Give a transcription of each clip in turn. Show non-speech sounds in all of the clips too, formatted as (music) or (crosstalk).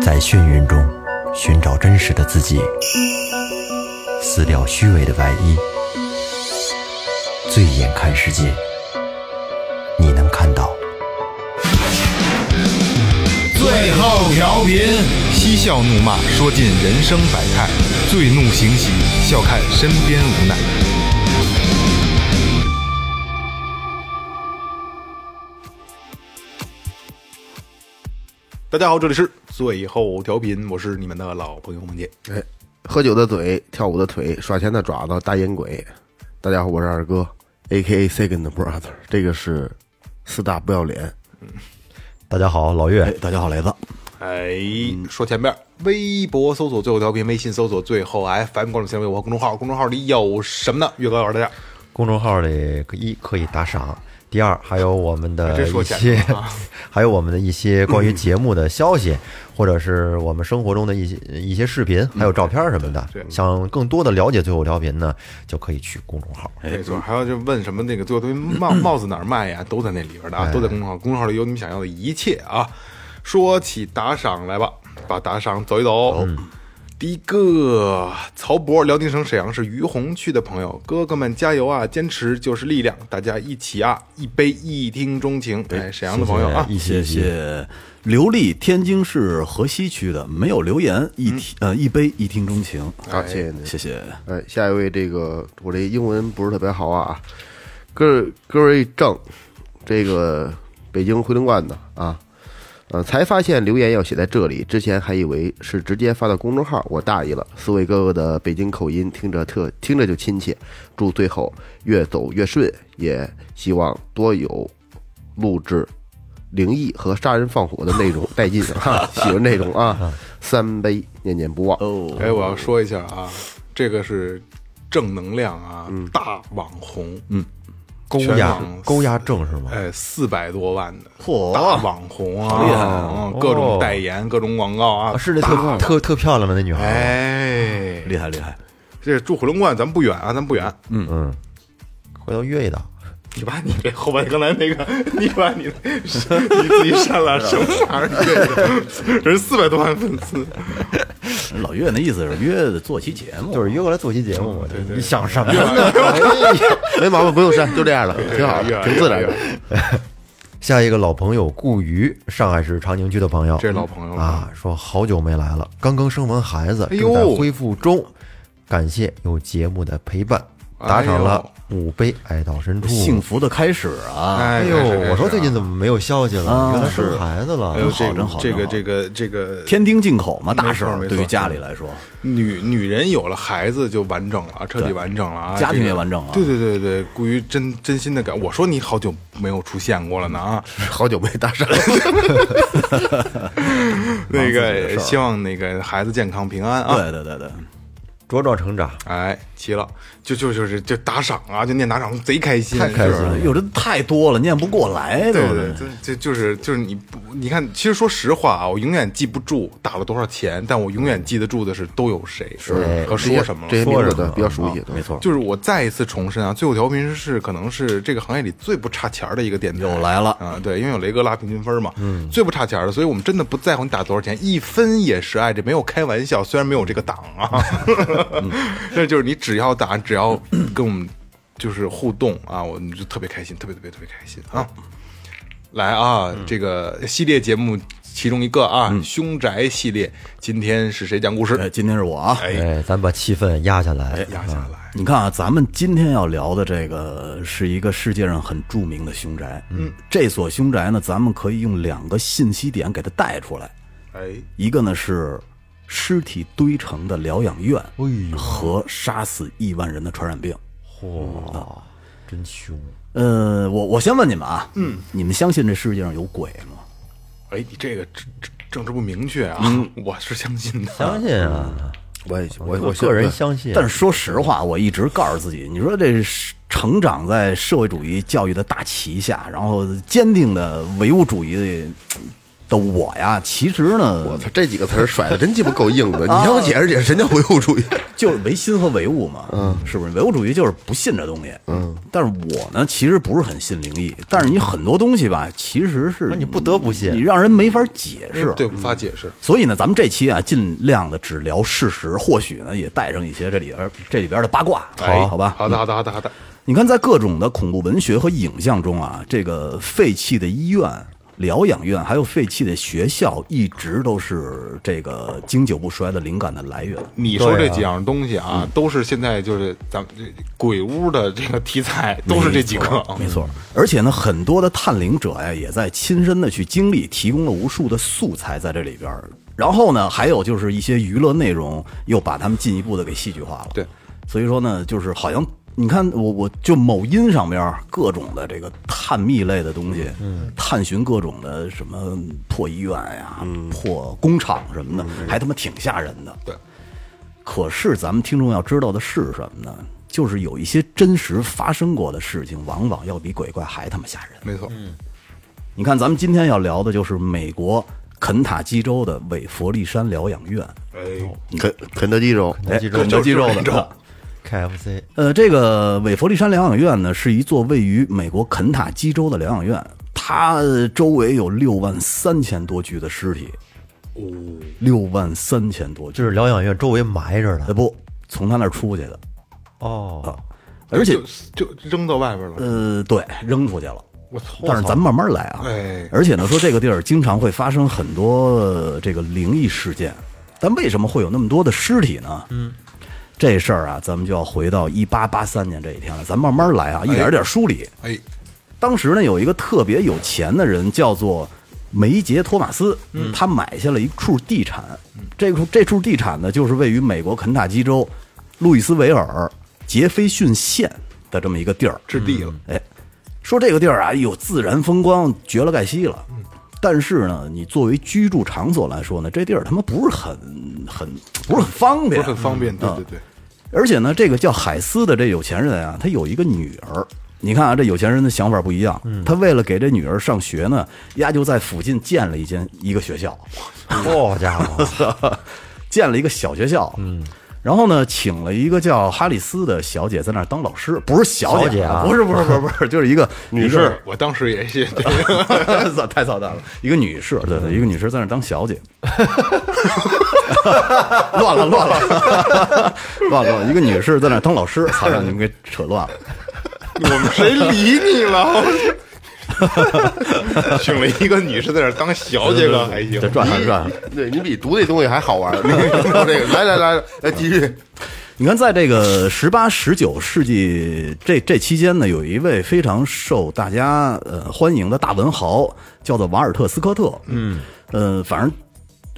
在眩晕中寻找真实的自己，撕掉虚伪的外衣，醉眼看世界，你能看到。最后调频，嬉笑怒骂，说尽人生百态；醉怒行喜，笑看身边无奈。大家好，这里是最后调频，我是你们的老朋友孟杰。哎，喝酒的嘴，跳舞的腿，耍钱的爪子，大烟鬼。大家好，我是二哥，A K A Second Brother，这个是四大不要脸。大家好，老岳，大家好，雷子，哎，说前边，微博搜索最后调频，微信搜索最后 FM，关注新浪微博和公众号，公众号里有什么呢？岳哥告诉大家，公众号里可一可以打赏，第二还有我们的这说一起来些了啊， (laughs) 还有我们的一些关于节目的消息，或者是我们生活中的一些一些视频，还有照片什么的对。对想更多的了解最后调频呢，就可以去公众号。没错，还有就问什么那个最后调频帽帽子哪儿卖呀，都在那里边的啊，都在公众号，公众号里有你们想要的一切啊。说起打赏来吧，把打赏走一走。第一个，曹博，辽宁省沈阳市于洪区的朋友，哥哥们加油啊！坚持就是力量，大家一起啊！一杯一听钟情，哎，沈阳的朋友啊，一谢谢刘丽，天津市河西区的，没有留言，一听呃一杯一听钟情，好，谢谢您。谢谢。哎，下一位，这个我这英文不是特别好啊，各各位正，这个北京回龙观的啊，呃，才发现留言要写在这里，之前还以为是直接发到公众号，我大意了。四位哥哥的北京口音听着特听着就亲切，祝最后越走越顺，也希望多有录制灵异和杀人放火的内容带劲啊，喜欢这种啊，三杯念念不忘。哦，哎，我要说一下啊，这个是正能量啊，大网红，嗯，高全压网高压症是吗？哎，四百多万的嚯大网红啊，厉害嗯各种代言、各种广告啊啊，是那特特特漂亮吗？那女孩哎，厉害厉害，这住回龙观，咱们不远啊，咱不远。回头约一档。你把你这后边刚才那个，你把你的你自己删了，什么玩意儿？人四百多万粉丝，老岳那意思是约着做期节目，就是约过来做期节目嗯嘛，你想什么呢？没毛病，不用删，就这 (laughs) 样了，挺好越的，来挺自然越的来。越 (laughs) 下一个老朋友顾瑜，上海市长宁区的朋友，这老朋友了啊，说好久没来了，刚刚生完孩子，哎呦正在恢复中，感谢有节目的陪伴，哎打赏了五杯，爱到深处。幸福的开始啊，哎哎呦，我说最近么？怎么没有消息了？啊原来生孩子了哎。呦，这真好这个真好这个这个天丁进口嘛，大事儿没错没错对于家里来说，女女人有了孩子就完整了，彻底完整了啊，家庭这个也完整了对对对对，顾于真真心的感，我说你好久没有出现过了呢啊。好久没搭讪了，那个希望那个孩子健康平安啊。对对对对，茁壮成长，哎，齐了，就就就是就打赏啊，就念打赏，贼开心，太开心是吧了。有哎这太多了，念不过来，对不对，对，这这就是就是你不，你看，其实说实话啊，我永远记不住打了多少钱，但我永远记得住的是都有谁是和说什么了这。些名说字什么的了比较熟悉，没错，就是我再一次重申啊，最后调频是可能是这个行业里最不差钱儿的一个电台。又来了啊，对，因为有雷哥拉平均分嘛，嗯，最不差钱儿的，所以我们真的不在乎你打多少钱，一分也是爱，这没有开玩笑。虽然没有这个档啊， (laughs) 那就是你只要打，只要跟我们就是互动啊，我们就特别开心，特别特别特别开心啊。来啊，嗯这个系列节目其中一个啊，凶宅系列，今天是谁讲故事？哎，今天是我啊，哎，哎，咱把气氛压下来，压下来。你看啊，咱们今天要聊的这个是一个世界上很著名的凶宅。嗯，这所凶宅呢，咱们可以用两个信息点给它带出来，哎，一个呢是尸体堆成的疗养院，呦和杀死亿万人的传染病。嚯，真凶！呃，我我先问你们啊，嗯，你们相信这世界上有鬼吗？哎，你这个政政政治不明确啊，嗯 (laughs) 我是相 (laughs) 信的。相信啊，我也我我我个人相信。但是说实话，我一直告诉自己，你说这是成长在社会主义教育的大旗下，然后坚定的唯物主义的的我呀，其实呢，我操，这几个词儿甩的真鸡巴够硬的！你要解释解释什么叫唯物主义？就是唯心和唯物嘛，嗯，是不是？唯物主义就是不信这东西，嗯。但是我呢，其实不是很信灵异，但是你很多东西吧，其实是那你不得不信你让人没法解释。嗯对，无法解释。所以呢，咱们这期啊，尽量的只聊事实，或许呢也带上一些这里边儿这里边儿的八卦，哎好吧？嗯好的，好的，好的，好的。你看，在各种的恐怖文学和影像中啊，这个废弃的医院、疗养院，还有废弃的学校，一直都是这个经久不衰的灵感的来源。你说这几样东西嗯啊，都是现在就是咱们这鬼屋的这个题材，都是这几个。啊没错。而且呢，很多的探灵者呀，也在亲身的去经历，提供了无数的素材在这里边儿。然后呢，还有就是一些娱乐内容，又把他们进一步的给戏剧化了。对，所以说呢，就是好像你看我，我就某音上边儿各种的这个探秘类的东西，嗯，探寻各种的什么破医院呀、嗯破工厂什么的，还他妈挺吓人的。对，可是咱们听众要知道的是什么呢？就是有一些真实发生过的事情，往往要比鬼怪还他妈吓人。没错。你看，咱们今天要聊的就是美国肯塔基州的韦佛利山疗养院。哎哎，嗯肯肯德基州，肯德基州肯德基州的肯德基州 KFC 呃，这个韦佛利山疗养院呢，是一座位于美国肯塔基州的疗养院，它呃周围有六万三千多具的尸体。哦，六万三千多具就，是疗养院周围埋着呃呢。不，从他那儿出去的，哦，而且就就扔到外边了。呃，对，扔出去了。我操！但是咱慢慢来啊。哎而且呢，说这个地儿经常会发生很多呃这个灵异事件，但为什么会有那么多的尸体呢？嗯，这事儿啊，咱们就要回到一八八三年这一天了，咱慢慢来啊，一点儿一点儿梳理。哎，当时呢，有一个特别有钱的人，叫做梅杰·托马斯，嗯他买下了一处地产，这处这处地产呢，就是位于美国肯塔基州路易斯维尔杰斐逊县的这么一个地儿，置地了。哎，说这个地儿啊有自然风光，绝了盖西了。但是呢，你作为居住场所来说呢，这地儿他妈不是很很不是很方不便，是很方便，对嗯对对，而且呢，这个叫海斯的这有钱人啊，他有一个女儿。你看啊，这有钱人的想法不一样。他为了给这女儿上学呢，丫就在附近建了一间一个学校，哦好家伙，建了一个小学校。嗯，然后呢，请了一个叫哈里斯的小姐在那儿当老师，不是小姐小姐啊不是不是不是不是，就是一个女士。我当时也是，对操， (laughs) 太操蛋了！一个女士，对对，一个女士在那儿当小姐， (laughs) 乱了乱了乱了乱了，一个女士在那儿当老师，操，让你们给扯乱了。我们谁理你了？ (laughs) 请了一个女士在那儿当小姐了，还行 (laughs) 这。转上转上。对你比读那东西还好玩儿。你 (laughs) 说这个，来来来，来继续。你看，在这个十八、十九世纪这这期间呢，有一位非常受大家呃欢迎的大文豪，叫做瓦尔特斯科特。嗯，呃，反正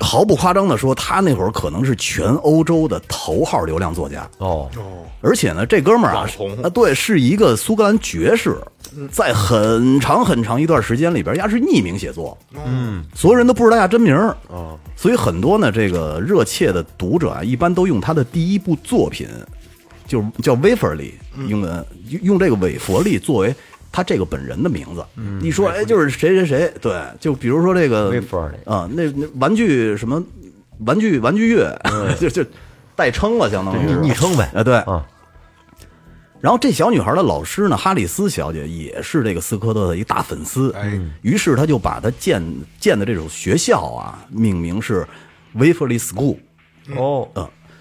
毫不夸张的说，他那会儿可能是全欧洲的头号流量作家。哦，而且呢，这哥们儿啊网红啊，对，是一个苏格兰爵士，在很长很长一段时间里边，他是匿名写作，嗯，所有人都不知道他真名儿所以很多呢，这个热切的读者啊，一般都用他的第一部作品，就叫 Waverly，英文用用这个韦佛利作为他这个本人的名字，一说哎，就是谁谁谁，对，就比如说这个 Waverly 啊，那那玩具什么玩具玩具乐，嗯 (laughs) 就就代称了，相当于昵是昵称呗。啊，对，啊，然后这小女孩的老师呢，哈里斯小姐也是这个斯科特的一大粉丝，哎嗯于是她就把她建建的这种学校啊，命名是 Waverly School，哦，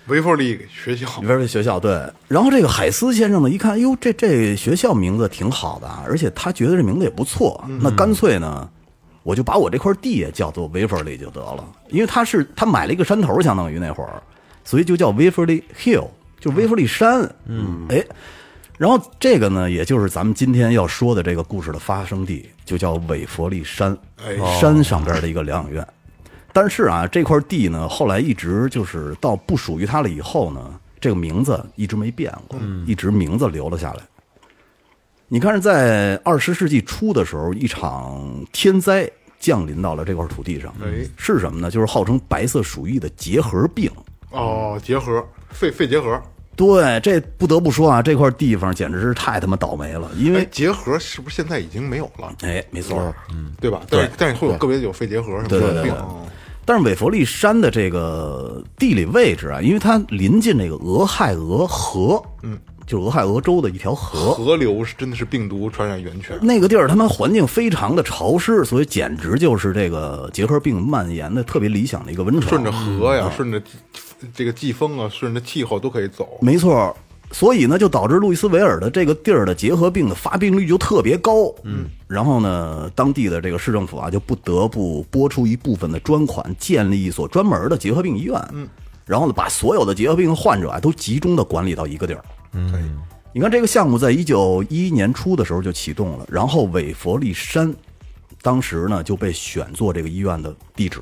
维弗利学校，里边的学校对。然后这个海斯先生呢，一看，哟，这这学校名字挺好的啊，而且他觉得这名字也不错，那干脆呢，我就把我这块地也叫做 Waverly 就得了，因为他是他买了一个山头，相当于那会儿，所以就叫 Waverly Hill，就是威弗利山。嗯，哎。然后这个呢，也就是咱们今天要说的这个故事的发生地，就叫韦佛利山，山上边的一个疗养院。但是啊，这块地呢，后来一直就是到不属于它了以后呢，这个名字一直没变过，一直名字留了下来。你看，在二十世纪初的时候，一场天灾降临到了这块土地上，哎是什么呢？就是号称白色鼠疫的结核病。哦，结核，肺肺结核，对，这不得不说啊，这块地方简直是太他妈倒霉了，因哎，为结核是不是现在已经没有了，哎，没错儿，对吧？但是但是会有个别有肺结核什么对对的对病哦对，但是韦佛利山的这个地理位置啊，因为它临近这个俄亥俄河，嗯，就是俄亥俄州的一条河。河流是真的是病毒传染源泉。那个地儿他妈环境非常的潮湿，所以简直就是这个结核病蔓延的特别理想的一个温床。顺着河嗯呀，顺着这个季风啊，顺着气候都可以走。没错，所以呢，就导致路易斯维尔的这个地儿的结核病的发病率就特别高。嗯，然后呢，当地的这个市政府啊，就不得不拨出一部分的专款，建立一所专门的结核病医院。嗯，然后呢，把所有的结核病患者啊，都集中的管理到一个地儿。嗯，你看这个项目在一九一一年初的时候就启动了，然后韦佛利山当时呢就被选做这个医院的地址。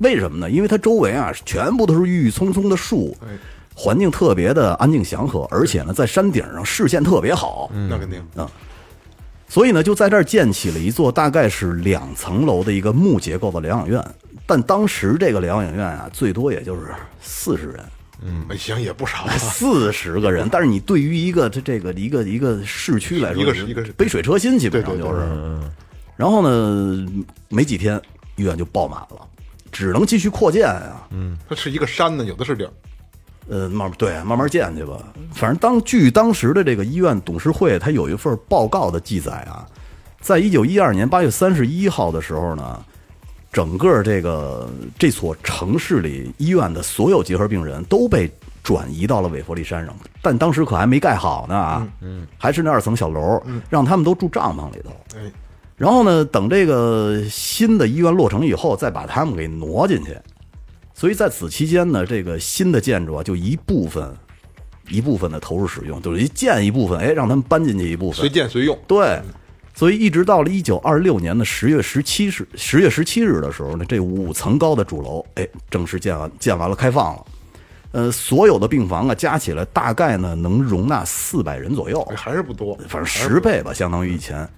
为什么呢？因为它周围啊全部都是郁郁葱葱的树，环境特别的安静祥和，而且呢在山顶上视线特别好，那肯定。所以呢就在这儿建起了一座大概是两层楼的一个木结构的疗养院。但当时这个疗养院啊，最多也就是四十人，嗯，行也不少了。四十个人，但是你对于一个这这个一个一个市区来说，一个是一个是杯水车薪，基本上对对就对是。然后呢，没几天医院就爆满了，只能继续扩建啊。它是一个山呢，有的是地儿。呃，慢对，慢慢建去吧。反正当据当时的这个医院董事会，它有一份报告的记载啊，在一九一二年八月三十一号的时候呢，整个这个这所城市里医院的所有结核病人都被转移到了韦佛利山上，但当时可还没盖好呢啊，嗯，还是那二层小楼，让他们都住帐篷里头。哎，然后呢，等这个新的医院落成以后，再把他们给挪进去。所以在此期间呢，这个新的建筑啊，就一部分一部分的投入使用，就是一建一部分，哎，让他们搬进去一部随分。建随用。对，所以一直到了一九二六年的十月十七日，十月十七日的时候呢，这五层高的主楼，哎，正式建完，建完了，开放了。呃，所有的病房啊，加起来大概呢能容纳四百人左右。哎还是不多，反正十倍吧，相当于以前。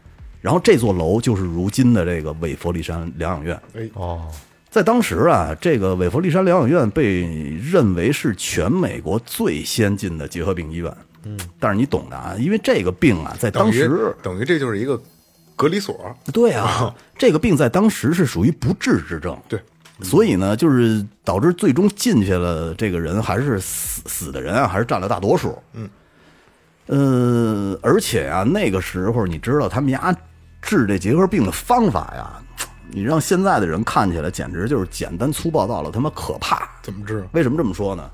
然后这座楼就是如今的这个韦佛利山疗养院。哎，哦，在当时啊，这个韦佛利山疗养院被认为是全美国最先进的结核病医院。嗯，但是你懂的啊，因为这个病啊，在等当于时，等于这就是一个隔离所。对啊，这个病在当时是属于不治之症。对，所以呢，就是导致最终进去了这个人还是死死的人啊，还是占了大多数。嗯，呃，而且啊，那个时候你知道他们家治这结核病的方法呀，你让现在的人看起来简直就是简单粗暴到了他妈可怕。怎么治？为什么这么说呢？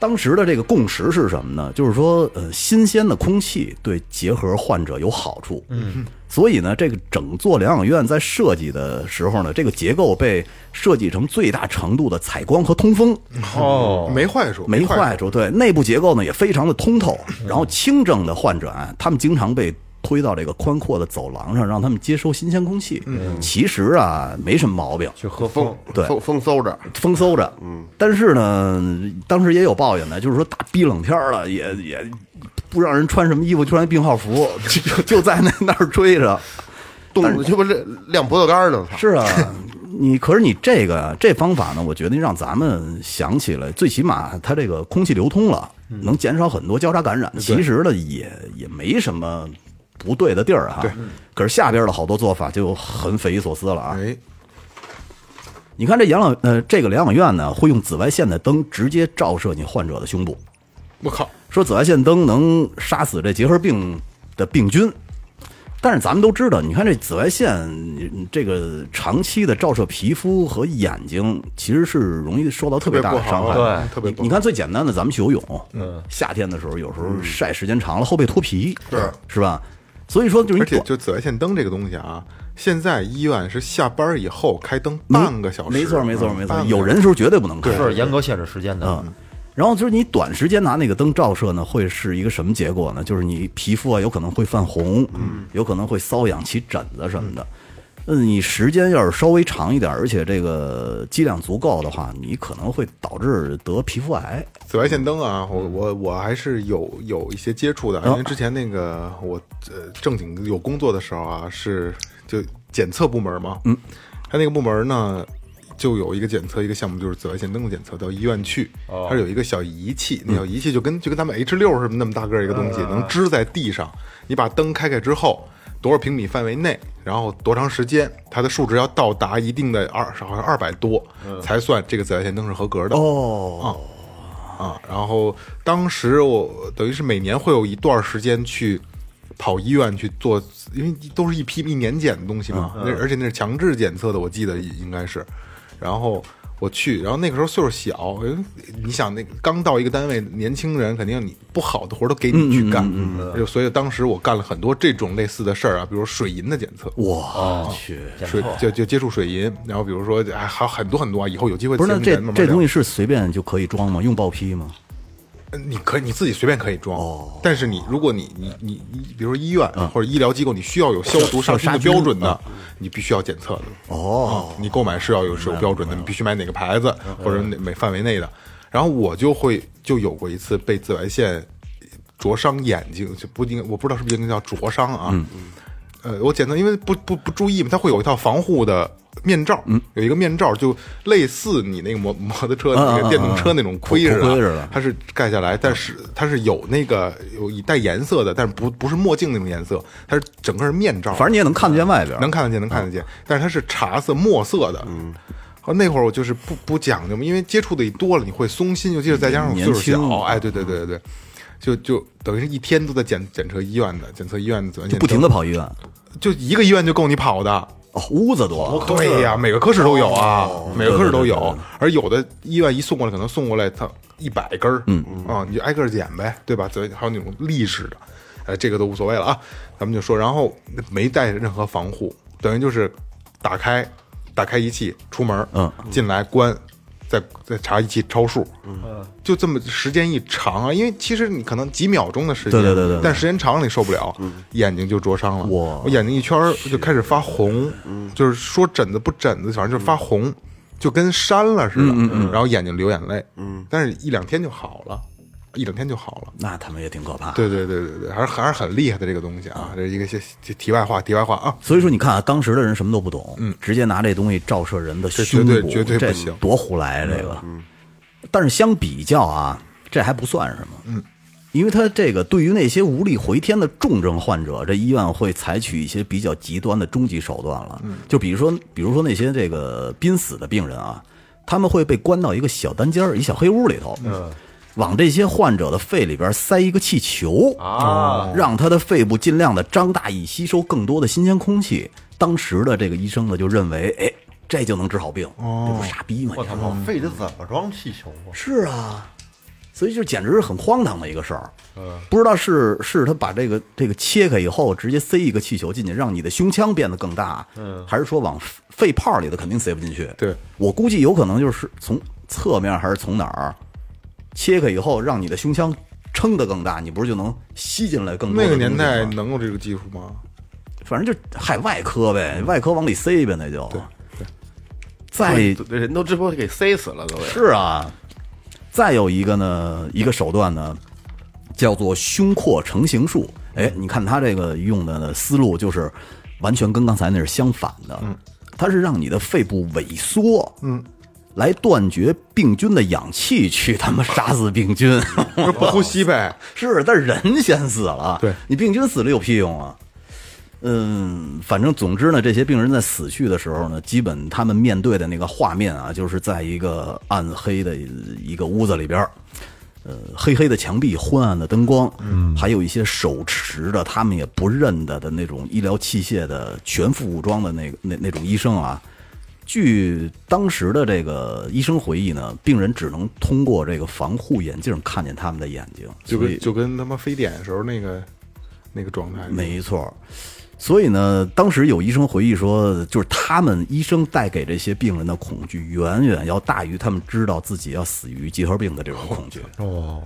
当时的这个共识是什么呢？就是说，呃，新鲜的空气对结核患者有好处。嗯，所以呢，这个整座疗养院在设计的时候呢，这个结构被设计成最大程度的采光和通风，哦，没坏处，没坏坏处。对，内部结构呢也非常的通透。然后轻症的患者啊，他们经常被推到这个宽阔的走廊上，让他们接收新鲜空气。嗯，其实啊，没什么毛病。去喝风风对风风嗖着，风嗖着，嗯，但是呢，当时也有抱怨的，就是说大逼冷天儿了，也也不让人穿什么衣服，穿病号服， (laughs) 就就在那那儿追 (laughs) 着。冻的鸡巴晾晾葡萄干儿呢，操是啊，你可是你这个这方法呢，我觉得让咱们想起来，最起码它这个空气流通了，能减少很多交叉感染。其实呢，也也没什么不对的地儿哈。可是下边的好多做法就很匪夷所思了啊。哎，你看这养老呃，这个疗养院呢，会用紫外线的灯直接照射你患者的胸部。我靠，说紫外线灯能杀死这结核病的病菌，但是咱们都知道，你看这紫外线嗯这个长期的照射皮肤和眼睛，其实是容易受到特别大的伤特别害。不好啊对特别不好你你看最简单的，咱们去游泳，嗯，夏天的时候有时候晒时间长了，后背脱皮，嗯是是吧？所以说就是而你且短就紫外线灯这个东西啊，现在医院是下班以后开灯半个小时，嗯没错没错没半错，个有人的时候绝对不能看。是严格限制时间的。嗯，然后就是你短时间拿那个灯照射呢，会是一个什么结果呢？就是你皮肤啊有可能会泛红，嗯，有可能会瘙痒、起疹子什么的。嗯，你时间要是稍微长一点，而且这个剂量足够的话，你可能会导致得皮肤癌。紫外线灯啊，我我我还是有有一些接触的，因为之前那个我呃正经有工作的时候啊，是就检测部门嘛，嗯，他那个部门呢，就有一个检测一个项目，就是紫外线灯的检测，到医院去，它是有一个小仪器，那小仪器就跟就跟咱们 H 六是那么大个儿一个东西，能支在地上，你把灯开开之后。多少平米范围内，然后多长时间，它的数值要到达一定的二，好像二百多，才算这个紫外线灯是合格的。哦，啊，然后当时我等于是每年会有一段时间去跑医院去做，因为都是一批一年检的东西嗯嘛，那而且那是强制检测的，我记得应该是。然后我去，然后那个时候岁数小，因为你想那个刚到一个单位，年轻人肯定你不好的活儿都给你去干，嗯就所以当时我干了很多这种类似的事儿啊，比如水银的检测。我去，水就就接触水银，然后比如说哎，还有很多很多啊，以后有机会不是节那目这咱慢慢这聊东西是随便就可以装吗？用报批吗？呃你可以你自己随便可以装，但是你如果你你你你，比如说医院啊或者医疗机构，你需要有消毒杀菌的标准的，你必须要检测的。嗯哦，嗯你购买是要有是有标准的，你必须买哪个牌子或者哪哪范围内的。然后我就会就有过一次被紫外线灼伤眼睛，就不应该我不知道是不是应该叫灼伤啊。呃，我检测，因为不不不注意嘛，它会有一套防护的面罩，有一个面罩就类似你那个摩摩托车、那啊啊个电动车那种嗯盔头似盔似的的，它是盖下来，但是它是有那个有带颜色的，但是不不是墨镜那种颜色，它是整个是面罩，反正你也嗯能看得见外边，能看得见，能看得见，但是它是茶色、墨色的。嗯，那会儿我就是不不讲究嘛，因为接触的也多了，你会松心，尤其是再加上我岁数年轻嗯小，哎，对对对对对，就就等于是一天都在检检测医院的，检测医院的紫外线不停的灯，跑医院。就一个医院就够你跑的。哦，屋子多，对呀、每个科室都有啊，每个科室都有，哦对对对对而有的医院一送过来，可能送过来它一百根儿，嗯啊，你就挨个儿捡呗，对吧？所以还有那种立式的，呃，这个都无所谓了啊。咱们就说，然后没带任何防护，等于就是打开打开仪器出门，嗯，进来关，再再查仪器超数，嗯，就这么时间一长啊，因为其实你可能几秒钟的时间，对对对对对但时间长了你受不了，眼睛就灼伤了，哇我眼睛一圈儿就开始发红，就是说疹子不疹子，反正就是发红，就跟扇了似的，然后眼睛流眼泪，但是一两天就好了，一两天就好了。那他们也挺可怕。，对对对对对，还是还是很厉害的这个东西啊，这是一个些这题外话，题外话啊，所以说你看啊，当时的人什么都不懂，嗯，直接拿这东西照射人的胸部，这绝对绝对不这行嗯多胡来啊这个。但是相比较啊，这还不算什么，嗯，因为他这个对于那些无力回天的重症患者，这医院会采取一些比较极端的终极手段了，嗯就比如说，比如说那些这个濒死的病人啊，他们会被关到一个小单间儿、一小黑屋里头，嗯。往这些患者的肺里边塞一个气球哦啊，让他的肺部尽量的张大，以吸收更多的新鲜空气。当时的这个医生呢，就认为，哎，这就能治好病，哦这不是傻逼吗？我你说操，肺里怎么装气球啊？是啊，所以就简直是很荒唐的一个事儿。嗯不知道是是他把这个这个切开以后，直接塞一个气球进去，让你的胸腔变得更大，嗯，还是说往肺泡里头肯定塞不进去。对我估计有可能就是从侧面还是从哪儿切开以后，让你的胸腔撑得更大，你不是就能吸进来更多那个的年代东西吗能有这个技术吗？反正就嗨外科呗，外科往里塞呗，那就对对哎再人都直播给塞死了，各位。是啊，再有一个呢，一个手段呢，叫做胸廓成形术。哎，你看他这个用的思路就是完全跟刚才那是相反的，它是让你的肺部萎缩，嗯，来断绝病菌的氧气，去他妈杀死病菌。 (laughs) 就是不呼吸呗，是，但是人先死了，对你病菌死了有屁用啊？嗯，反正总之呢，这些病人在死去的时候呢，基本他们面对的那个画面啊，就是在一个暗黑的一个屋子里边儿，呃，黑黑的墙壁，昏暗的灯光，嗯，还有一些手持着他们也不认得的那种医疗器械的全副武装的那个那那种医生啊。据当时的这个医生回忆呢，病人只能通过这个防护眼镜看见他们的眼睛，就所以跟就跟他妈非典的时候那个那个状态，没错。所以呢，当时有医生回忆说，就是他们医生带给这些病人的恐惧，远远要大于他们知道自己要死于结核病的这种恐惧。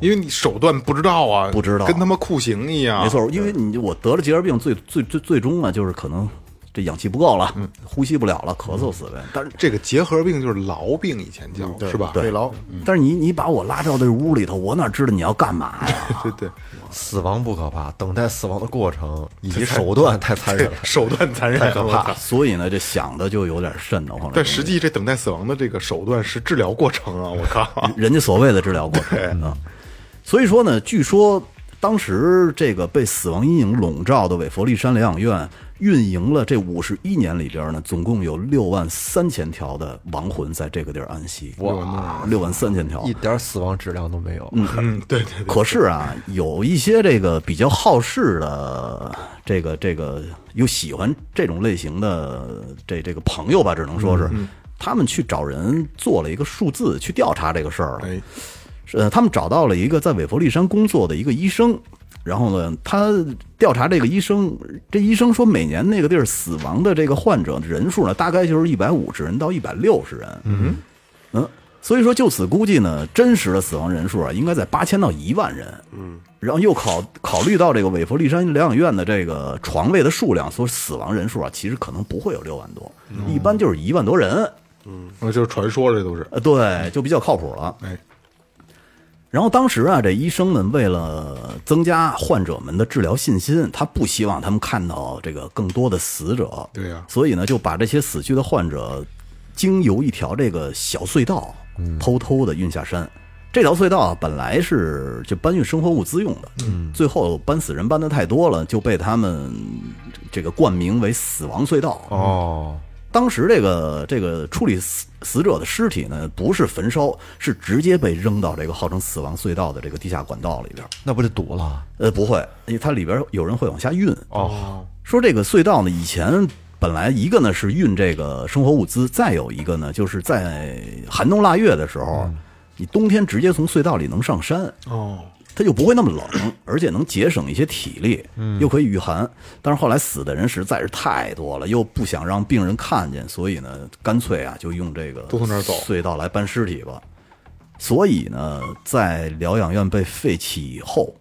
因为你手段不知道啊，不知道跟他妈酷刑一样，没错，因为你我得了结核病，最最最最终啊，就是可能这氧气不够了，呼吸不了了，咳嗽死呗。但是这个结核病就是痨病，以前叫、是吧？肺痨，但是你你把我拉到这屋里头，我哪知道你要干嘛呀？对对，死亡不可怕，等待死亡的过程以及手段太残忍了，手段残忍，太可怕我 (laughs) 了操。啊所以呢，这想的就有点瘆得慌了。但实际这等待死亡的这个手段是治疗过程啊！我 (laughs) 靠，人家所谓的治疗过程啊。所以说呢，据说当时这个被死亡阴影笼罩的韦佛利山疗养院，运营了这五十一年里边呢，总共有六万三千条的亡魂在这个地儿安息。哇，六万三千条一。点死亡质量都没有。嗯，对对对，可是啊，有一些这个比较好事的，这个这个又喜欢这种类型的这这个朋友吧，只能说是，他们去找人做了一个数字去调查这个事儿了。哎，呃，他们找到了一个在韦弗利山工作的一个医生，然后呢，他调查这个医生，这医生说每年那个地儿死亡的这个患者人数呢，大概就是一百五十人到一百六十人。嗯嗯，所以说就此估计呢，真实的死亡人数啊，应该在八千到一万人。嗯，然后又考考虑到这个韦弗利山疗养院的这个床位的数量，所以死亡人数啊，其实可能不会有六万多，一般就是一万多人。那就是传说了，这都是。呃，对，就比较靠谱了。哎，然后当时啊，这医生们为了增加患者们的治疗信心，他不希望他们看到这个更多的死者。对呀所以呢，就把这些死去的患者经由一条这个小隧道，嗯偷偷的运下山。这条隧道啊本来是就搬运生活物资用的，嗯，最后搬死人搬的太多了，就被他们这个冠名为“死亡隧道”。哦，当时这个这个处理死死者的尸体呢，不是焚烧，是直接被扔到这个号称死亡隧道的这个地下管道里边。那不就堵了？呃，不会，因为它里边有人会往下运。哦，说这个隧道呢，以前本来一个呢是运这个生活物资，再有一个呢就是在寒冬腊月的时候，你冬天直接从隧道里能上山。哦，它就不会那么冷，而且能节省一些体力，嗯又可以御寒。但是后来死的人实在是太多了，又不想让病人看见，所以呢，干脆啊就用这个都从这儿走隧道来搬尸体吧。所以呢，在疗养院被废弃以后，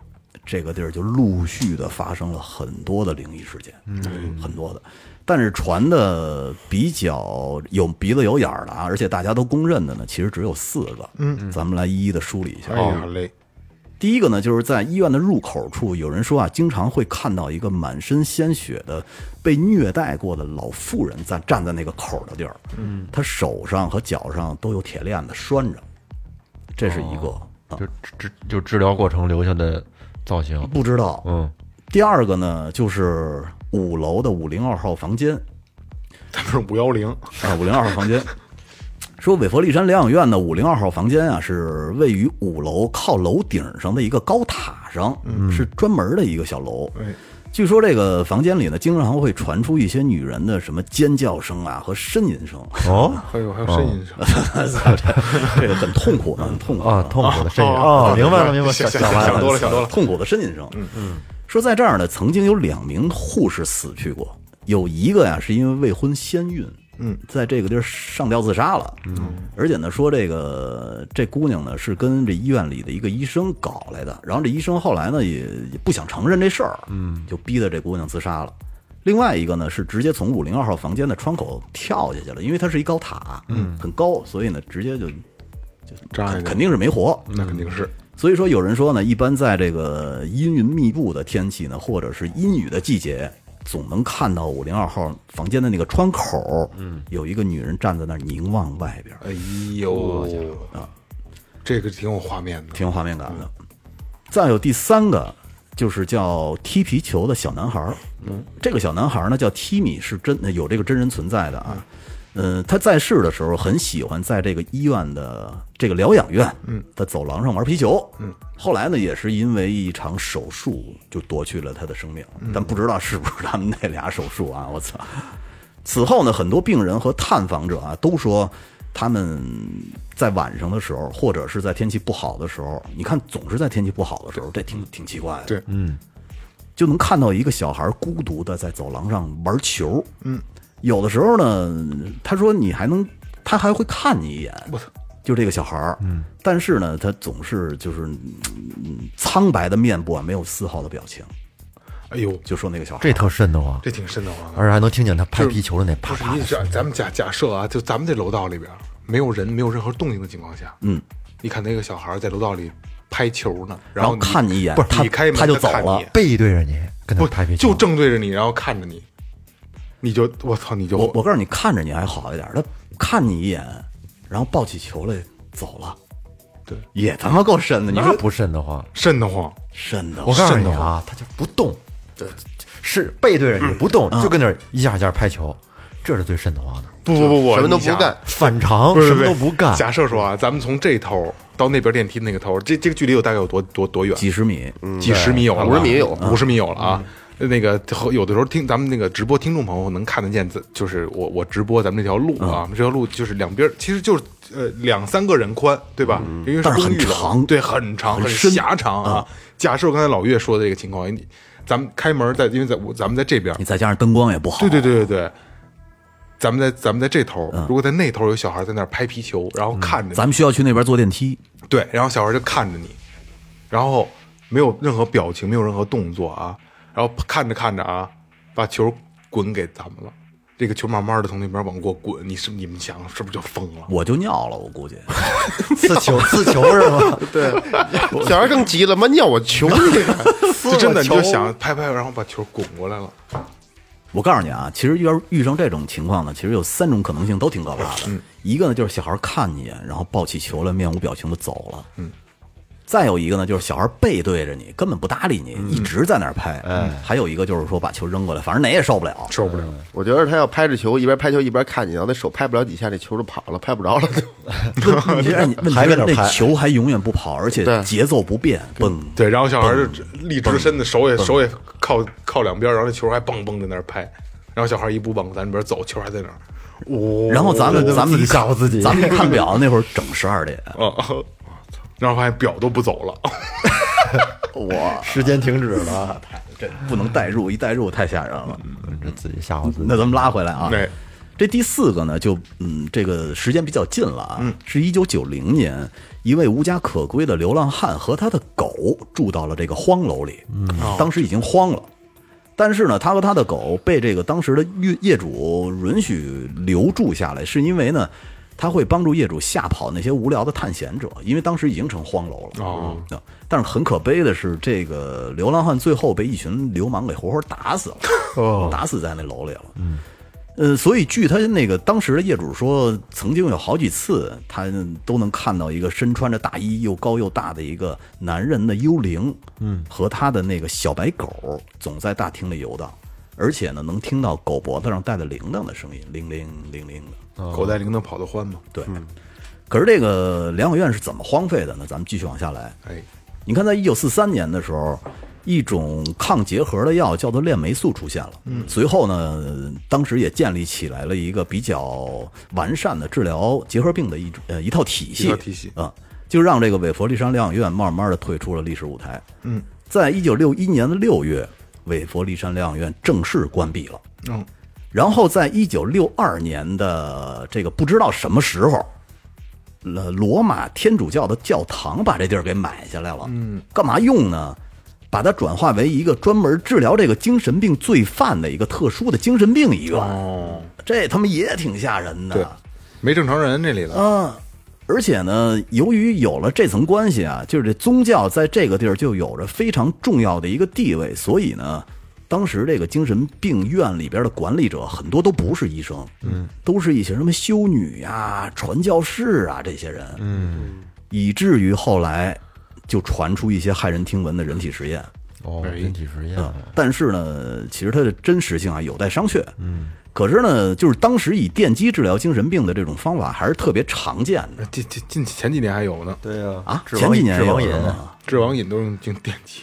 这个地儿就陆续的发生了很多的灵异事件，嗯，很多的。但是传的比较有鼻子有眼儿的啊，而且大家都公认的呢，其实只有四个。嗯，咱们来一一的梳理一下。哎呀嘞，第一个呢，就是在医院的入口处，有人说啊，经常会看到一个满身鲜血的、被虐待过的老妇人在站在那个口的地儿，嗯，她手上和脚上都有铁链子拴着，这是一个、啊，就治治就治疗过程留下的造型。不知道。嗯，第二个呢，就是五楼的五零二号房间他们是五幺零，啊，五零二号房间。说韦佛利山疗养院的五零二号房间啊，是位于五楼靠楼顶上的一个高塔上，是专门的一个小楼。哎，据说这个房间里呢，经常会传出一些女人的什么尖叫声啊和呻吟声，哦 (laughs) 还有还有呻吟声， (laughs) 这个很痛苦啊，很痛苦啊，痛苦的呻吟。哦哦，明白了，明白了，想想完想了。多了想多了痛苦的呻吟声。嗯嗯，说在这儿呢，曾经有两名护士死去过，有一个呀是因为未婚先孕，嗯，在这个地儿上吊自杀了。嗯，而且呢说这个这姑娘呢是跟这医院里的一个医生搞来的，然后这医生后来呢也也不想承认这事儿，嗯，就逼得这姑娘自杀了。另外一个呢是直接从五零二号房间的窗口跳下去了，因为它是一高塔，嗯，很高，所以呢直接就扎一个肯定是没活，那肯定是所以说，有人说呢，一般在这个阴云密布的天气呢，或者是阴雨的季节，总能看到五零二号房间的那个窗口，嗯，有一个女人站在那儿凝望外边，哎呦啊，这个挺有画面的，挺有画面感的。再有第三个，就是叫踢皮球的小男孩儿。嗯，这个小男孩儿呢叫踢米，是真的有这个真人存在的啊。嗯、他在世的时候很喜欢在这个医院的这个疗养院的走廊上玩皮球。嗯，后来呢，也是因为一场手术就夺去了他的生命，但不知道是不是他们那俩手术啊！我操！此后呢，很多病人和探访者啊都说，他们在晚上的时候，或者是在天气不好的时候，你看总是在天气不好的时候，这挺挺奇怪的。对嗯，就能看到一个小孩孤独的在走廊上玩球。嗯，有的时候呢，他说你还能，他还会看你一眼。我操！就这个小孩儿，嗯，但是呢，嗯他总是就是、嗯、苍白的面部啊，没有丝毫的表情。哎呦，就说那个小孩儿这特瘆得慌，这挺瘆得慌的。而且还能听见他拍皮球的那不啪是啪你的声假，咱们假假设啊，就咱们这楼道里边没有人，没有任何动静的情况下，嗯，你看那个小孩在楼道里拍球呢，然后后你看你一眼，不是他你开门他就走看了你。背对着你跟他不拍皮球，就正对着你，然后看着你，你就我操，你就我我告诉你，看着你还好一点，他看你一眼，然后抱起球来走了，对，也他妈够深的。你那说不瘆得慌。瘆得慌，深的，我告诉你瘆得啊，他就不动，是背对嗯着你不动，就跟那儿一下一下拍球，这是最瘆得慌的。不不不不，什么都你不想干，反常，不是什么都不干，假设说啊，咱们从这头到那边电梯那个头，这这个距离有大概有多多多远？几十米，几十米有了吧，啊50米有五十米有了啊。嗯那个和有的时候听咱们那个直播，听众朋友能看得见，自就是我我直播咱们这条路嗯啊，这条路就是两边其实就是呃两三个人宽，对吧？因为嗯但是公很寓楼长对，很长，很很深嗯狭长啊。假设刚才老岳说的这个情况，你咱们开门在，因为在我咱们在这边，你再加上灯光也不好，对对对对对，咱们在咱们在这头，如果在那头有小孩在那儿拍皮球，然后看着你嗯咱们需要去那边坐电梯，对，然后小孩就看着你，然后没有任何表情，没有任何动作啊，然后看着看着啊，把球滚给咱们了。这个球慢慢的从那边往过滚，你是你们想是不是就疯了？我就尿了，我估计。刺球刺球是吗？ (laughs) 对， (laughs) 小孩更急了，妈尿我球你！ (laughs) 就真的你球就想拍拍，然后把球滚过来了。我告诉你啊，其实要是遇上这种情况呢，其实有三种可能性都挺可怕的。一个呢就是小孩看你一眼，然后抱起球来，面无表情的走了。嗯。再有一个呢，就是小孩背对着你，根本不搭理你，一直在那儿拍。嗯。还有一个就是说把球扔过来，反正哪也受不了。受不了，我觉得他要拍着球，一边拍球一边看你，然后那手拍不了几下，那球就跑了，拍不着了就。问题 (laughs) 是你问题还是跟那儿那拍球还永远不跑，而且对节奏不变，蹦。对，然后小孩就立直身子，手也手也靠靠两边，然后那球还蹦蹦在那儿拍，然后小孩一步往咱这边走，球还在那儿。然后咱们咱们一看吓唬自己咱们一看表，那会儿整 (laughs) 十二点。哦，然后发现表都不走了，哇，时间停止了，这不能代入，一代入太吓人了。这自己吓唬自己。那咱们拉回来啊，对这第四个呢，就嗯，这个时间比较近了啊，是一九九零年，一位无家可归的流浪汉和他的狗住到了这个荒楼里，当时已经荒了。但是呢，他和他的狗被这个当时的业业主允许留住下来，是因为呢，他会帮助业主吓跑那些无聊的探险者，因为当时已经成荒楼了。哦嗯，但是很可悲的是，这个流浪汉最后被一群流氓给活活打死了，打死在那楼里了。嗯，呃，所以据他那个当时的业主说，曾经有好几次他都能看到一个身穿着大衣又高又大的一个男人的幽灵，嗯，和他的那个小白狗总在大厅里游荡，而且呢能听到狗脖子上戴的铃铛的声音，铃铃铃铃的。狗带铃铛跑得欢嘛。对，可是这个疗养院是怎么荒废的呢？咱们继续往下来。哎，你看，在一九四三年的时候，一种抗结核的药叫做链霉素出现了。嗯，随后呢，当时也建立起来了一个比较完善的治疗结核病的一种呃一套体系。一套体系啊、就让这个韦佛利山疗养院慢慢的退出了历史舞台。嗯，在一九六一年的六月，韦佛利山疗养院正式关闭了。嗯，然后在一九六二年的这个不知道什么时候，呃，罗马天主教的教堂把这地儿给买下来了。嗯，干嘛用呢？把它转化为一个专门治疗这个精神病罪犯的一个特殊的精神病医院。哦，这他妈也挺吓人的。对，没正常人这里了。而且呢，由于有了这层关系啊，就是这宗教在这个地儿就有着非常重要的一个地位，所以呢，当时这个精神病院里边的管理者很多都不是医生，嗯，都是一些什么修女呀、传教士啊这些人，嗯，以至于后来就传出一些骇人听闻的人体实验，嗯哦，哎人体实验，但是呢，其实它的真实性啊有待商榷。嗯，可是呢，就是当时以电击治疗精神病的这种方法还是特别常见的近近近前几年还有呢，对呀啊。前几年治也有网瘾人啊治网瘾都是用电击，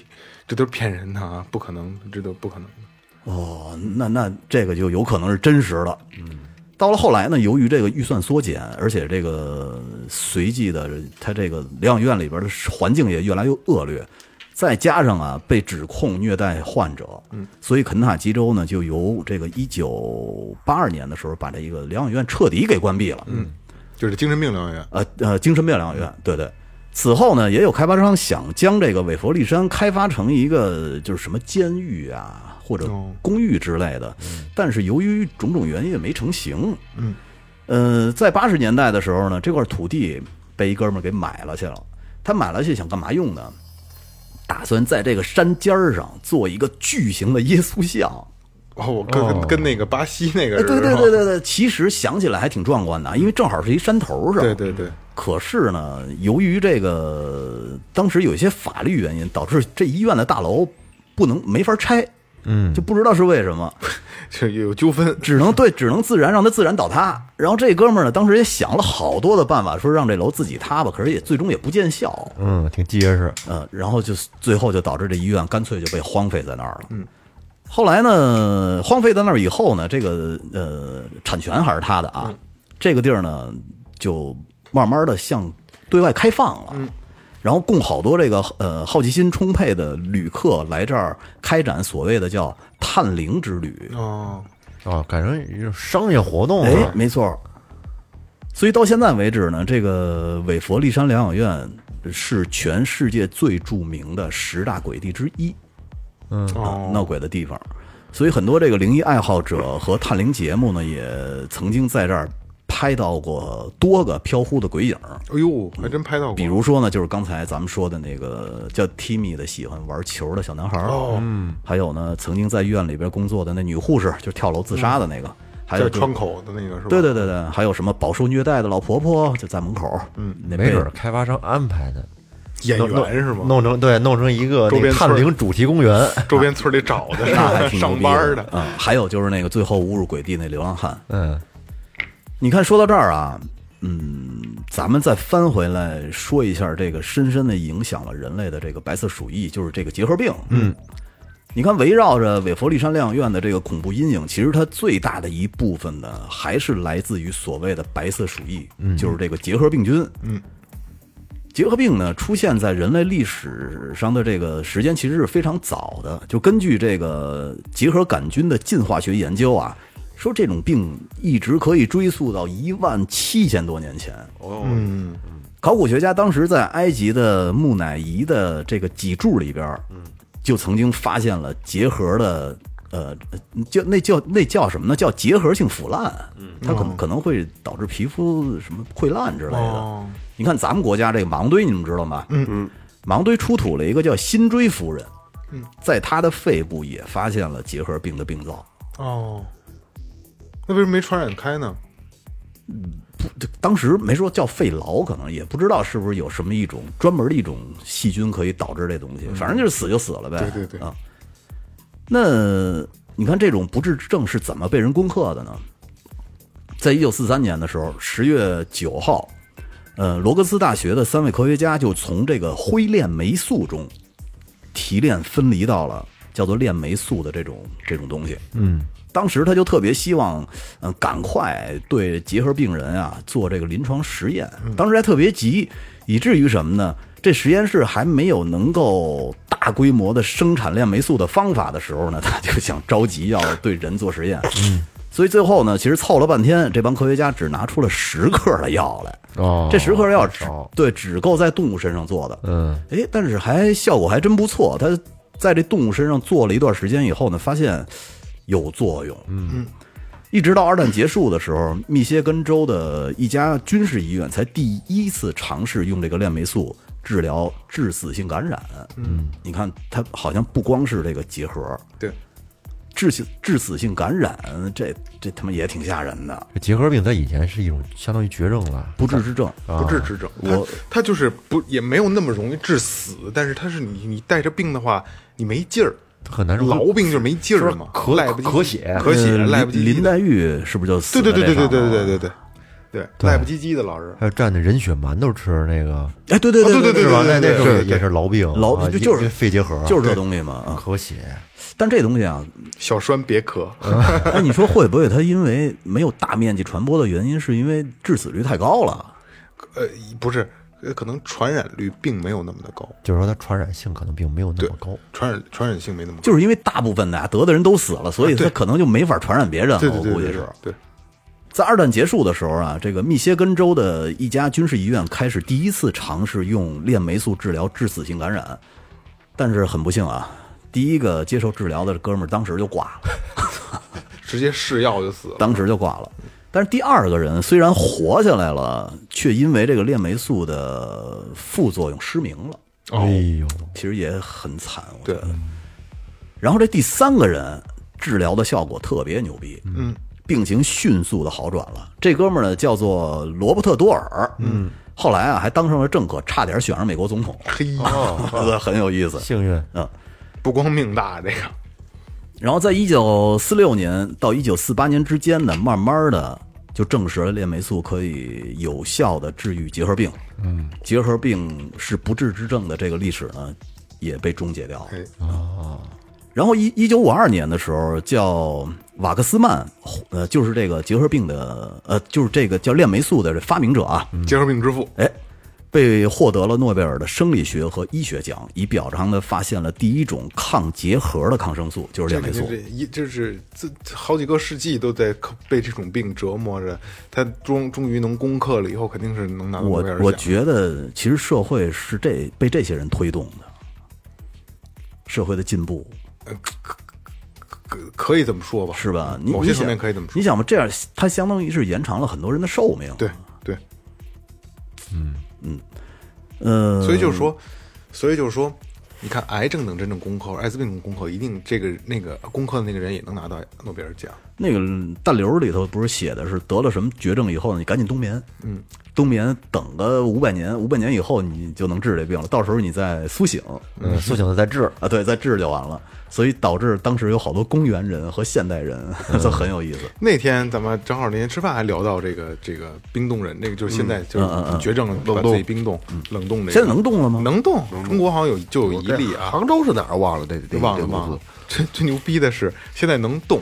这都是骗人的啊，不可能，这都不可能的。哦，那那这个就有可能是真实的。嗯，到了后来呢，由于这个预算缩减，而且这个随即的，他这个疗养院里边的环境也越来越恶劣，再加上啊被指控虐待患者，嗯，所以肯塔基州呢就由这个一九八二年的时候把这一个疗养院彻底给关闭了。嗯，就是精神病疗养院，呃呃，精神病疗养院，对对。此后呢，也有开发商想将这个韦佛利山开发成一个就是什么监狱啊，或者哦公寓之类的，嗯但是由于种种原因没成型。嗯，呃，在八十年代的时候呢，这块土地被一哥们儿给买了去了。他买了去想干嘛用呢？打算在这个山尖儿上做一个巨型的耶 (laughs) 稣像。哦，我跟跟跟那个巴西那个哎，人，对对对对对，其实想起来还挺壮观的，啊因为正好是一山头上。对对对。可是呢，由于这个当时有一些法律原因，导致这医院的大楼不能没法拆，嗯，就不知道是为什么， (laughs) 就有纠纷，只能对只能自然让它自然倒塌。然后这哥们儿呢，当时也想了好多的办法，说让这楼自己塌吧，可是也最终也不见效。嗯，挺结实。嗯，然后就最后就导致这医院干脆就被荒废在那儿了。嗯，后来呢，荒废在那儿以后呢，这个呃产权还是他的啊，这个地儿呢就慢慢的向对外开放了。然后供好多这个呃好奇心充沛的旅客来这儿开展所谓的叫探灵之旅，哦，哦，改成一种商业活动啊哎了，。没错儿。所以到现在为止呢，这个韦佛利山疗养院是全世界最著名的十大鬼地之一。嗯，哦啊，闹鬼的地方。所以很多这个灵异爱好者和探灵节目呢，也曾经在这儿拍到过多个飘忽的鬼影儿。哎呦，还真拍到过，比如说呢，就是刚才咱们说的那个叫 Timmy 的喜欢玩球的小男孩儿，哦嗯，还有呢，曾经在医院里边工作的那女护士，就是跳楼自杀的那个，还有在就窗口的那嗯个是吧？对对对对，还有什么饱受虐待的老婆婆就在门口，嗯，那没被准儿开发商安排的，演弄弄员是吗？弄成对，弄成一个周那边个探村儿灵主题公园。周边村里找的，是那还吧挺牛上逼班儿的的，啊、还有就是那个最后误入鬼地那流浪汉。嗯，你看，说到这儿啊，嗯，咱们再翻回来说一下这个深深的影响了人类的这个白色鼠疫，就是这个结核病。嗯，你看，围绕着韦佛利山疗养院的这个恐怖阴影，其实它最大的一部分呢，还是来自于所谓的白色鼠疫，就是这个结核病菌。嗯。结核病呢，出现在人类历史上的这个时间其实是非常早的。就根据这个结核杆菌的进化学研究啊，说这种病一直可以追溯到一万七千多年前。嗯，考古学家当时在埃及的木乃伊的这个脊柱里边，就曾经发现了结核的，呃，叫那叫那叫什么呢？叫结核性腐烂，它可能可能会导致皮肤什么溃烂之类的哦。你看咱们国家这个马王堆，你们知道吗？嗯嗯，马王堆出土了一个叫辛追夫人，在她的肺部也发现了结核病的病灶。哦，那为什么没传染开呢？这当时没说叫肺痨，可能也不知道是不是有什么一种专门的一种细菌可以导致这东西，反正就是死就死了呗。嗯对对对啊。那你看这种不治之症是怎么被人攻克的呢？在一九四三年的时候，十月九号，呃，罗格斯大学的三位科学家就从这个灰链霉素中提炼分离到了叫做链霉素的这种这种东西。嗯，当时他就特别希望，嗯、赶快对结核病人啊做这个临床实验。嗯当时还特别急，以至于什么呢？这实验室还没有能够大规模的生产链霉素的方法的时候呢，他就想着急要对人做实验。嗯。所以最后呢，其实凑了半天，这帮科学家只拿出了十克的药来。哦这十克药很只少对只够在动物身上做的。嗯，哎，但是还效果还真不错。他在这动物身上做了一段时间以后呢，发现有作用。嗯，一直到二战结束的时候，密歇根州的一家军事医院才第一次尝试用这个链霉素治疗致死性感染。嗯，你看，它好像不光是这个结核。对，致死致死性感染，这这他妈也挺吓人的，这结核病在以前是一种相当于绝症了，不治之症。不治之症，啊我它它就是不也没有那么容易致死，但是它是你你带着病的话，你没劲儿，很难痨病就是没劲儿嘛，咳赖不唧唧咳血咳血，呃赖不唧唧林林的，黛玉是不是就死对对在对这啊对对上对了对对对对，赖不唧唧的老是，还有蘸的人血馒头吃那个，哎，对对啊对对对对是吧？对那那时候对也是痨哦病，痨啊就也就是肺结核，就是这东西嘛啊。咳血。但这东西啊，小栓别咳，哎，你说会不会它因为没有大面积传播的原因，是因为致死率太高了？呃，不是，呃可能传染率并没有那么的高，就是说它传染性可能并没有那对么高。，传染传染性没那么高，就是因为大部分的啊得的人都死了，所以它可能就没法传染别人了。啊对对我对估计对是对。对在二战结束的时候啊，这个密歇根州的一家军事医院开始第一次尝试用链霉素治疗致死性感染，但是很不幸啊，第一个接受治疗的哥们儿当时就挂了，直接试药就死了。当时就挂了。但是第二个人虽然活下来了，却因为这个链霉素的副作用失明了。哎呦，其实也很惨，我对觉得。然后这第三个人治疗的效果特别牛逼，嗯，病情迅速的好转了。这哥们儿呢叫做罗伯特·多尔，嗯，后来啊还当上了政客，差点选上美国 (laughs) 总统，嘿，哦很有意思。幸运，嗯，不光命大，这个然后在一九四六年到一九四八年之间呢，慢慢的就证实了链霉素可以有效的治愈结核病。嗯，结核病是不治之症的这个历史呢，也被终结掉了。哎然后一一九五二年的时候，叫瓦克斯曼，呃，就是这个结核病的，呃，就是这个叫链霉素的发明者啊，结核病之父，哎，被获得了诺贝尔的生理学和医学奖，以表彰的发现了第一种抗结核的抗生素，就是这链肯定霉素这。一就是这这好几个世纪都在克被这种病折磨着，他终终于能攻克了以后，肯啊定是能拿到诺我贝尔我奖。觉得，其实社会是这被这些人推动的，社会的进步可可以这么说吧？嗯是吧？你某你些想层面可以这么说你。想吧，这样它相当于是延长了很多人的寿命。对，对，嗯呃，所以就是说，所以就是说，你看，癌症能真正攻克，艾滋病能攻克，一定这个那个攻克的那个人也能拿到诺贝尔奖。那个大刘里头不是写的是得了什么绝症以后呢，你赶紧冬眠，嗯，冬眠等个五百年，五百年以后你就能治这病了，到时候你再苏醒嗯，苏醒了再治，啊，对，再治就完了。所以导致当时有好多公园人和现代人， (laughs) 都很有意思。那天咱们正好那天吃饭还聊到这个这个冰冻人，那个就是现在就嗯是嗯绝症了，把自己冰冻冷冻这个。现在能动了吗？能动，中国好像有就有一例啊，杭州是哪儿忘了？这这忘了这公忘了司。 (laughs) 最最牛逼的是，现在能动，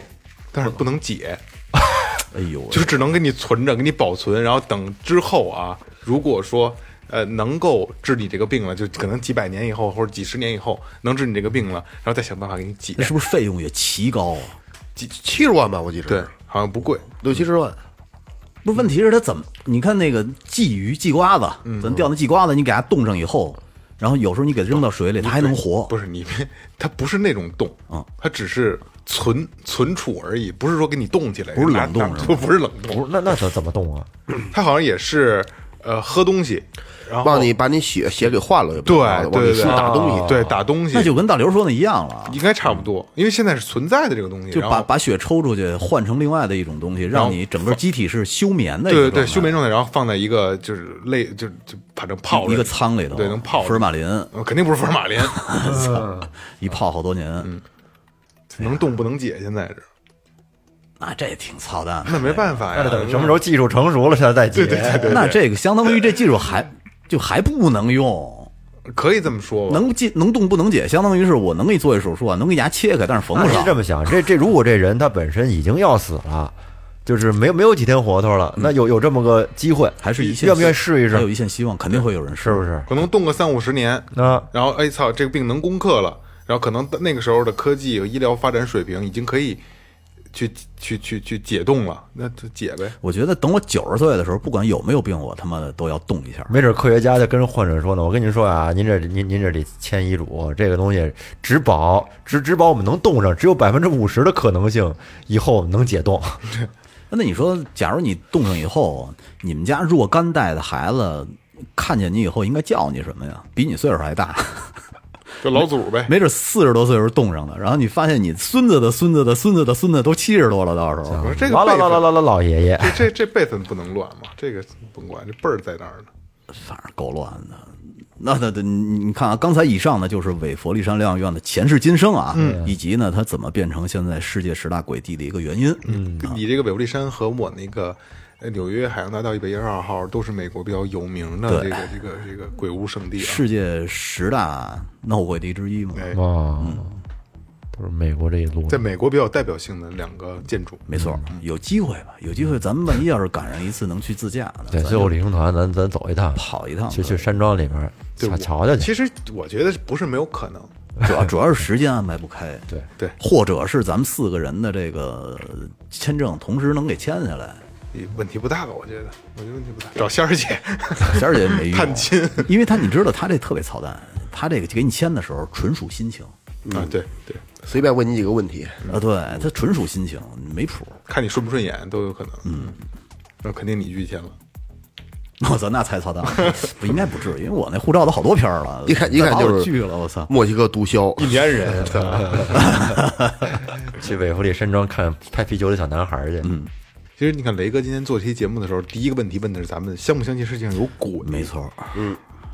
但嗯是不能解，哎呦，就是只能给你存着，给你保存，然后等之后啊，如果说呃能够治你这个病了，就可能几百年以后或者几十年以后能治你这个病了，然后再想办法给你解那。是不是费用也奇高啊？几七十万吧，我记着。对，好像不贵，六七十万，不是，问题是它怎么？你看那个鲫鱼、鲫瓜嗯子，咱钓那鲫瓜子，你给它冻上以后，然后有时候你给它扔到水里，它还能活。不是你别，它不是那种冻嗯，它只是存存储而已，不是说给你冻起来，不是拿冷冻拿是吧不不是冷冻，不是那那怎怎么动啊？它好像也是呃喝东西，然后忘你把你血血给换了，对啊往对你对啊输打东西，对打东西，那就跟大刘说的一样了，应该差不多，因为现在是存在的这个东西，就然把后把血抽出去，换成另外的一种东西，让后你整个机体是休眠的一对对个状对态休眠状态，然后放在一个就是类就就反正泡着一个仓里头，对，能泡福尔着，马林呃肯定不是福尔马林， (laughs) 一泡好多年，嗯能动不能解，现在是那这也挺操蛋的。那没办法那呀得，等嗯什么时候技术成熟了，现在再解。那这个相当于这技术还就还不能用，可以这么说吧？能进能动不能解，相当于是我能给你做一手术啊，能给你牙切开，但是缝那不你是上这。么想，这这如果这人他本身已经要死了，就是没有没有几天活头了，那有有这么个机会，嗯还是一线愿不愿意试一还有试？一线希望，肯定会有人试是不是？可能动个三五十年，那然后哎操，这个病能攻克了，然后可能那个时候的科技和医疗发展水平已经可以去去去去解冻了，那就解呗。我觉得等我九十岁的时候，不管有没有病，我他妈的都要动一下。没准科学家就跟患者说呢，我跟您说啊，您这您您这得签医嘱，这个东西只保只只保我们能冻上，只有百分之五十的可能性，以后我们能解冻。那你说，假如你冻上以后，你们家若干代的孩子看见你以后，应该叫你什么呀？比你岁数还大，就老祖呗， (laughs) 没准四十多岁时候冻上的，然后你发现你孙子的孙子的孙子的孙子都七十多了，到时候我说这个老老辈分老老老老老爷爷，这这这辈分不能乱嘛，这个甭管，这辈儿在那儿呢。反正够乱的。那那那，你你看啊，刚才以上呢，就是韦佛利山疗养院的前世今生啊，嗯以及呢，它怎么变成现在世界十大鬼地的一个原因。嗯，你这个北部利山和我那个呃纽约海洋大道一百一十二号都是美国比较有名的这对个这个这个鬼屋圣地啊。世界十大闹鬼地之一嘛。哎，哦，都是美国这一路的在美国比较有代表性的两个建筑，没错，嗯有机会吧？有机会，咱们万一要是赶上一次能去自驾呢，对，咱最就后旅行团，咱咱走一趟，跑一趟。去去对山庄里边对瞧瞧我瞧去。其实我觉得不是没有可能，主要主要是时间安排不开，对对或者是咱们四个人的这个签证同时能给签下来，问题不大吧？我觉得，我觉得问题不大。找仙儿姐，仙儿姐没用，探亲因为他你知道他这特别操蛋，他这个给你签的时候纯属心情啊，对对，随便问你几个问题，啊，对他纯属心情，没谱。看你顺不顺眼都有可能。嗯，那肯定你遇见了。 (laughs) 我操，那太操蛋了，不应该不至于，因为我那护照都好多篇儿了，一看一再看把我就是嗯拒了，我操，墨西哥毒枭，印第安人，去北服里山庄看拍啤酒的小男孩去。嗯，其实你看雷哥今天做这期节目的时候，第一个问题问的是咱们相不相信世界上有鬼？没错，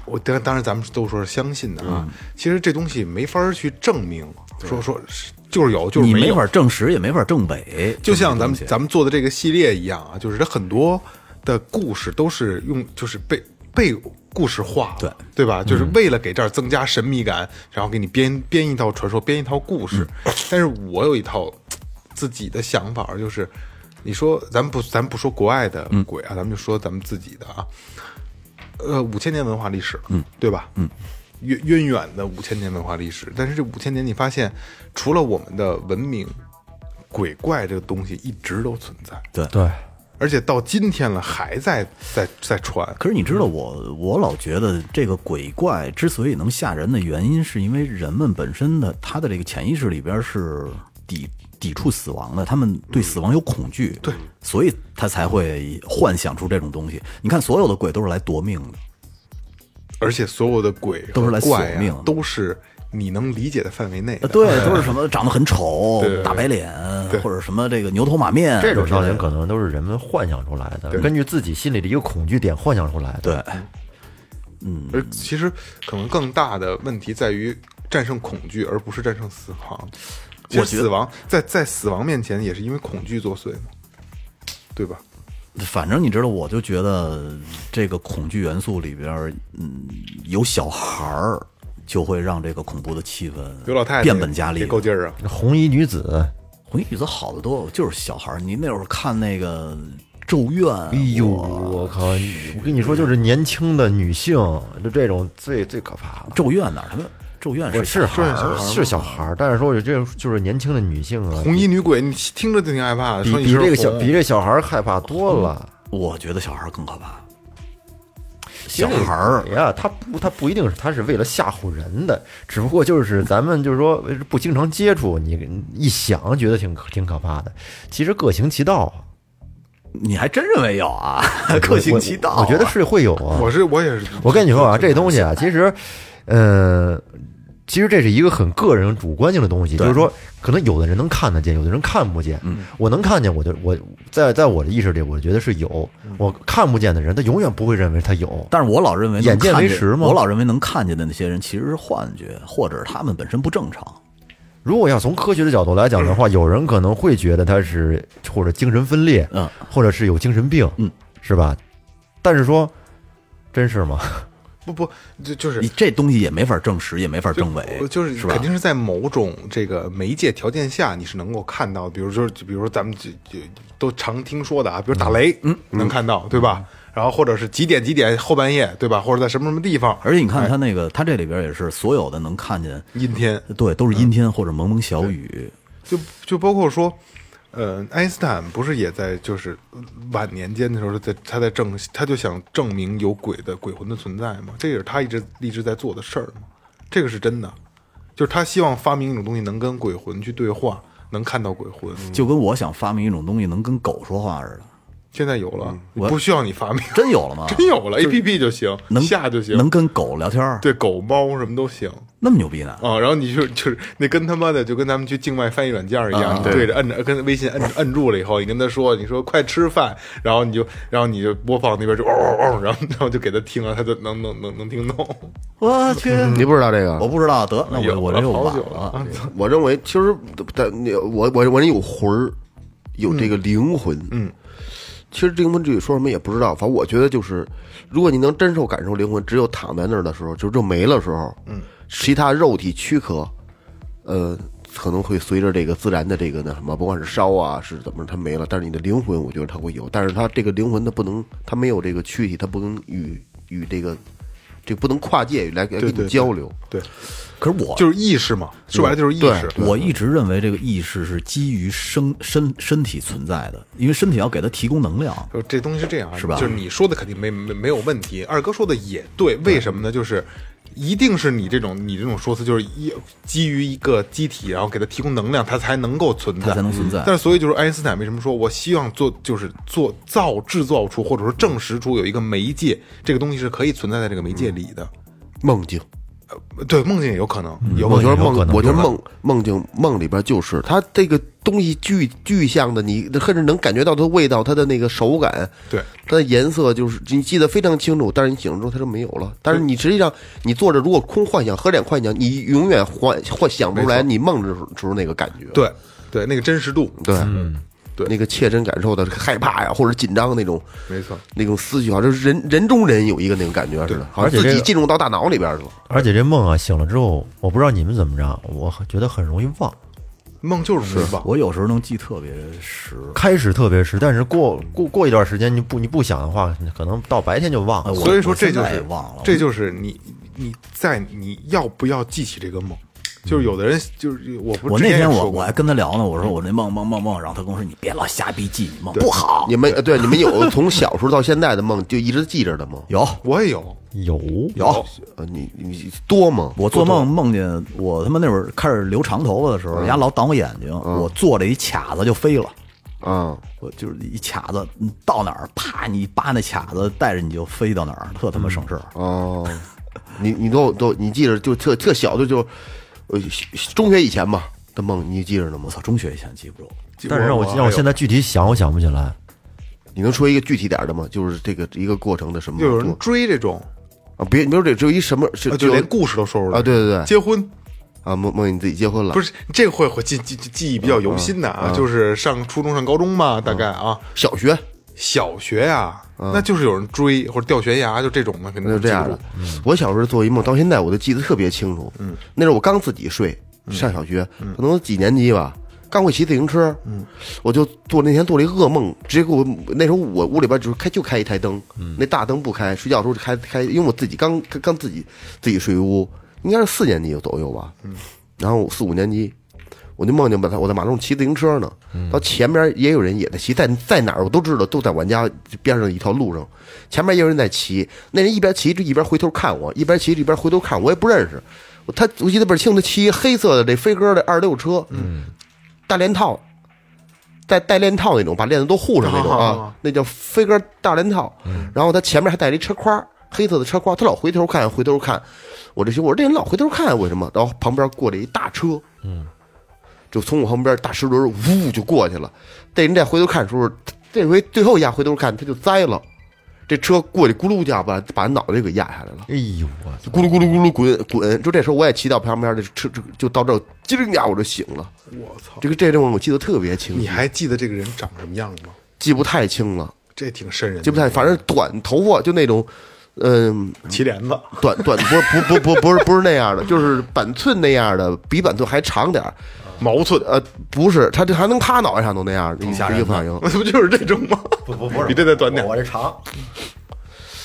我当当然咱们都说是相信的嗯啊，其实这东西没法儿去证明，说说是就是有就是你没没有法证实，也没法证伪，就像咱们这种东西咱们做的这个系列一样啊，就是它很多的故事都是用就是被被故事化了，对对嗯吧？就是为了给这儿增加神秘感，然后给你编编一套传说，编一套故事。但是我有一套自己的想法，就是你说咱不咱不说国外的鬼啊，咱们就说咱们自己的啊，呃，五千年文化历史了，嗯，对吧？嗯。渊渊远的五千年文化历史，但是这五千年，你发现除了我们的文明，鬼怪这个东西一直都存在，对，而且到今天了还在在在传。可是你知道我，我老觉得这个鬼怪之所以能吓人的原因，是因为人们本身的他的这个潜意识里边是抵抵触死亡的，他们对死亡有恐嗯惧，对，所以他才会幻想出这种东西。你看，所有的鬼都是来夺命的，而且所有的鬼都是来和怪索命啊，都是你能理解的范围内的呃，对，都是什么长得很丑对对、对大白脸对或者什么这个牛头马面这种之类效的应可能都是人们幻想出来的，根据自己心里的一个恐惧点幻想出来的。对，而其实可能更大的问题在于战胜恐惧，而不是战胜死亡。其我实觉得死亡在在死亡面前也是因为恐惧作祟嘛，对吧？反正你知道，我就觉得这个恐惧元素里边儿，嗯，有小孩儿就会让这个恐怖的气氛有老太太变本加厉也。够劲儿啊！红衣女子，红衣女子好得多，就是小孩儿。你那会儿看那个《咒怨》，哎呦，我靠！我跟你说，就是年轻的女性，就这种最最可怕了《咒怨》哪儿他妈《咒怨》我是小孩孩儿儿，是小孩儿，但是说我这就是年轻的女性啊，红衣女鬼，你听着就挺害怕的。比说你比是这个小红比这小孩儿害怕多了。我觉得小孩儿更可怕。小孩儿哎呀，他不，他不一定是，他是为了吓唬人的，只不过就是咱们就是说不经常接触，你一想觉得挺挺可怕的，其实各行其道啊，你还真认为有啊？各行其道啊、 (laughs) 我我觉得是会有啊，我是我也是，我跟你说啊，这东西啊，其实，呃，其实这是一个很个人主观性的东西，就是说，可能有的人能看得见，有的人看不见。嗯我能看见，我就我在在我的意识里，我觉得是有；嗯我看不见的人，他永远不会认为他有。但是我老认为能眼见看为见实吗我老认为能看见的那些人其实是幻觉，或者是他们本身不正常。如果要从科学的角度来讲的 (clears throat) 话，有人可能会觉得他是或者精神分裂，嗯，或者是有精神病，嗯，是吧？但是说，真是吗？ (laughs) 不不就就是你这东西也没法证实，也没法证伪我，就是是吧肯？定是在某种这个媒介条件下，你是能够看到，比如说，就比如说咱们就就都常听说的啊，比如打雷，嗯，能看到，对吧？然后或者是几点几点后半夜，对吧？或者在什么什么地方，而且你看他那个，他这里边也是所有的能看见，阴天，对，都是阴天或者蒙蒙嗯小雨。就就包括说，呃，爱因斯坦不是也在就是晚年间的时候，在他在证他就想证明有鬼的鬼魂的存在嘛，这也是他一直一直在做的事儿嘛，这个是真的，就是他希望发明一种东西能跟鬼魂去对话，能看到鬼魂，就跟我想发明一种东西能跟狗说话似的，现在有了，嗯我不需要你发明，真有了吗？真有了，A P P 就行，能下就行，能跟狗聊天儿，对狗猫什么都行那么牛逼呢？啊。然后你就就是那跟他妈的就跟咱们去境外翻译软件一啊样，你对着摁着跟微信摁摁住了以后，你跟他说你说快吃饭，然后你就然后你就播放那边就嗷嗷嗷，然后然后就给他听了，他就能能能能听懂。我 (laughs) 去，(laughs) 你不知道这个？我不知道，得，那有我我了这又哎好晚久了，我认为其实但你我我我人有魂儿，有这个灵魂。嗯，其实灵魂至于说什么也不知道，反正我觉得就是，如果你能真受感受灵魂，只有躺在那儿的时候，就就没了时候，嗯，其他肉体躯壳，呃。可能会随着这个自然的这个那什么，甭管是烧啊是怎么着，它没了。但是你的灵魂，我觉得它会有，但是它这个灵魂它不能，它没有这个躯体，它不能与与这个这个不能跨界来来对跟对你交流。对，可是我就是意识嘛，说白了就是意识。我一直认为这个意识是基于生身身体存在的，因为身体要给它提供能量。就这东西是这样啊，是吧就是你说的肯定没没没有问题，二哥说的也对，为什么呢？就是一定是你这种你这种说辞，就是一基于一个机体，然后给它提供能量，它才能够存在，嗯它才能存在但是所以就是爱因斯坦为什么说我希望做就是做造制造出或者说证实出有一个媒介，这个东西是可以存在在这个媒介里的。梦境，对，梦境也有可能，有我可觉得能。有可梦，能我觉得有可梦梦境梦里边就是它这个东西具具象的，你甚至能感觉到它的味道、它的那个手感，对，它的颜色，就是你记得非常清楚。但是你醒了之后它就没有了。但是你实际上你坐着如果空幻想、合眼幻想，你永远幻幻想不出来你梦的时候时候那个感觉。对嗯对，那个真实度，对，那个切身感受的害怕呀，或者紧张那种没错。那种思绪，好像是人人中人有一个那种感觉似对的，好而且像自这己个进入到大脑里边去了。而且这梦啊，醒了之后，我不知道你们怎么着，我觉得很容易忘。梦就是容易忘，我有时候能记特别实，开始特别实，但是过过过一段时间，你不你不想的话，可能到白天就忘哎了。我所以说我这现就在是也忘了，这就是你你在你要不要记起这个梦，就是有的人就是我不我之那前也天我说过嗯我还跟他聊呢，我说我那梦梦梦梦，然后他跟我说你别老瞎逼记，你梦不好。你们呃对你们 (laughs) 有从小时候到现在的梦就一直记着的梦？有我也有有有，呃，你你多吗？我做梦梦见我他妈那会儿开始留长头发的时候，嗯人家老挡我眼睛，我坐着一卡子就飞了，啊，我就是一卡子，你到哪儿啪你一扒那卡子，带着你就飞到哪儿，特他妈省事嗯儿。哦，你你都都你记着，就特特小的就，呃，中学以前吧的梦，你记着呢吗我？操，中学以前记不住，但是让我让我现在在具体想，我想不起来。你能说一个具体点儿的吗？就是这个一个过程的什么就有梦人追这种，啊？别，你说这只有一什么是啊就连故事都说出来啊？对对对，结婚啊，梦梦见你自己结婚了，不是这会会记记记记忆比较犹新的啊，就是上初中上高中嘛，大概啊，小学小学呀，那就是有人追或者掉悬崖，就这种的肯定那就这样了的。。我小时候做一梦，到现在我都记得特别清楚。嗯，那时候我刚自己睡，上小学，可能几年级吧，刚会骑自行车。嗯，我就做那天做了一个噩梦，直接给我那时候我屋里边就是开就开一台灯，那大灯不开，睡觉的时候就开开，因为我自己刚刚刚自己自己睡屋，应该是四年级左右吧。嗯，然后四五年级。我就梦见把他我在马路上骑自行车呢，到前面也有人也在骑，在在哪儿我都知道，都在我家边上一条路上，前面也有人在骑，那人一边骑就一边回头看我，一边骑着一边回头看我，我也不认识，我他我记得倍儿清，他骑黑色的这飞鸽的二六车，嗯，大链套，带带链套那种，把链子都护上那种啊啊啊嗯啊，那叫飞鸽大链套，然后他前面还带了一车筐，黑色的车筐，他老回头看回头看，我这心我说这人老回头看为什么？然后旁边过来一大车，就从我旁边大石轮呜就过去了。这人再回头看的时候，这回最后一下回头看，他就栽了。这车过去咕噜一下把把脑袋给压下来了，哎呦我操！咕噜咕噜咕噜滚滚。就这时候我也骑到旁边的车，就就到这儿，叽灵一下我就醒了。我操，这个这地方我记得特别清楚，你还记得这个人长什么样吗？记不太清了，这挺瘆人的，记不太，反正短头发就那种，嗯、祁连子，短短不不不不不是不是那样的，就是板寸那样的，比板寸还长点儿，毛寸，呃，不是，他这还能趴脑袋上都那样的，一吓人一个的反应。 (laughs) 那不就是这种吗？不不不是，比这再短点。这长，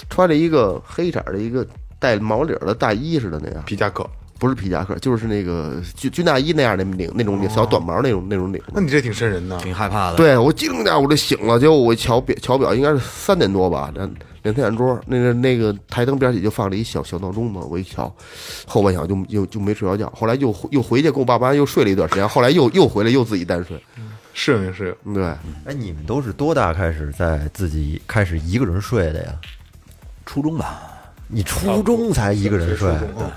穿着一个黑色儿的一个带毛领儿的大衣似的那样，皮夹克，不是皮夹克，就是那个军军大衣那样的领，那种领小短毛那种那种领。那你这挺瘆人的。挺害怕的。对我惊一下我就醒了，结果我一瞧表瞧表应该是三点多吧，两两三点钟，那个那个台灯边儿起就放了一小小闹钟嘛，我一瞧，后半宿就就就没睡着觉，后来又又回去跟我爸妈又睡了一段时间，后来又又回来又自己单睡，适应适应，对，哎，你们都是多大开始在自己开始一个人睡的呀？初中吧，你初中才一个人睡，初中嗯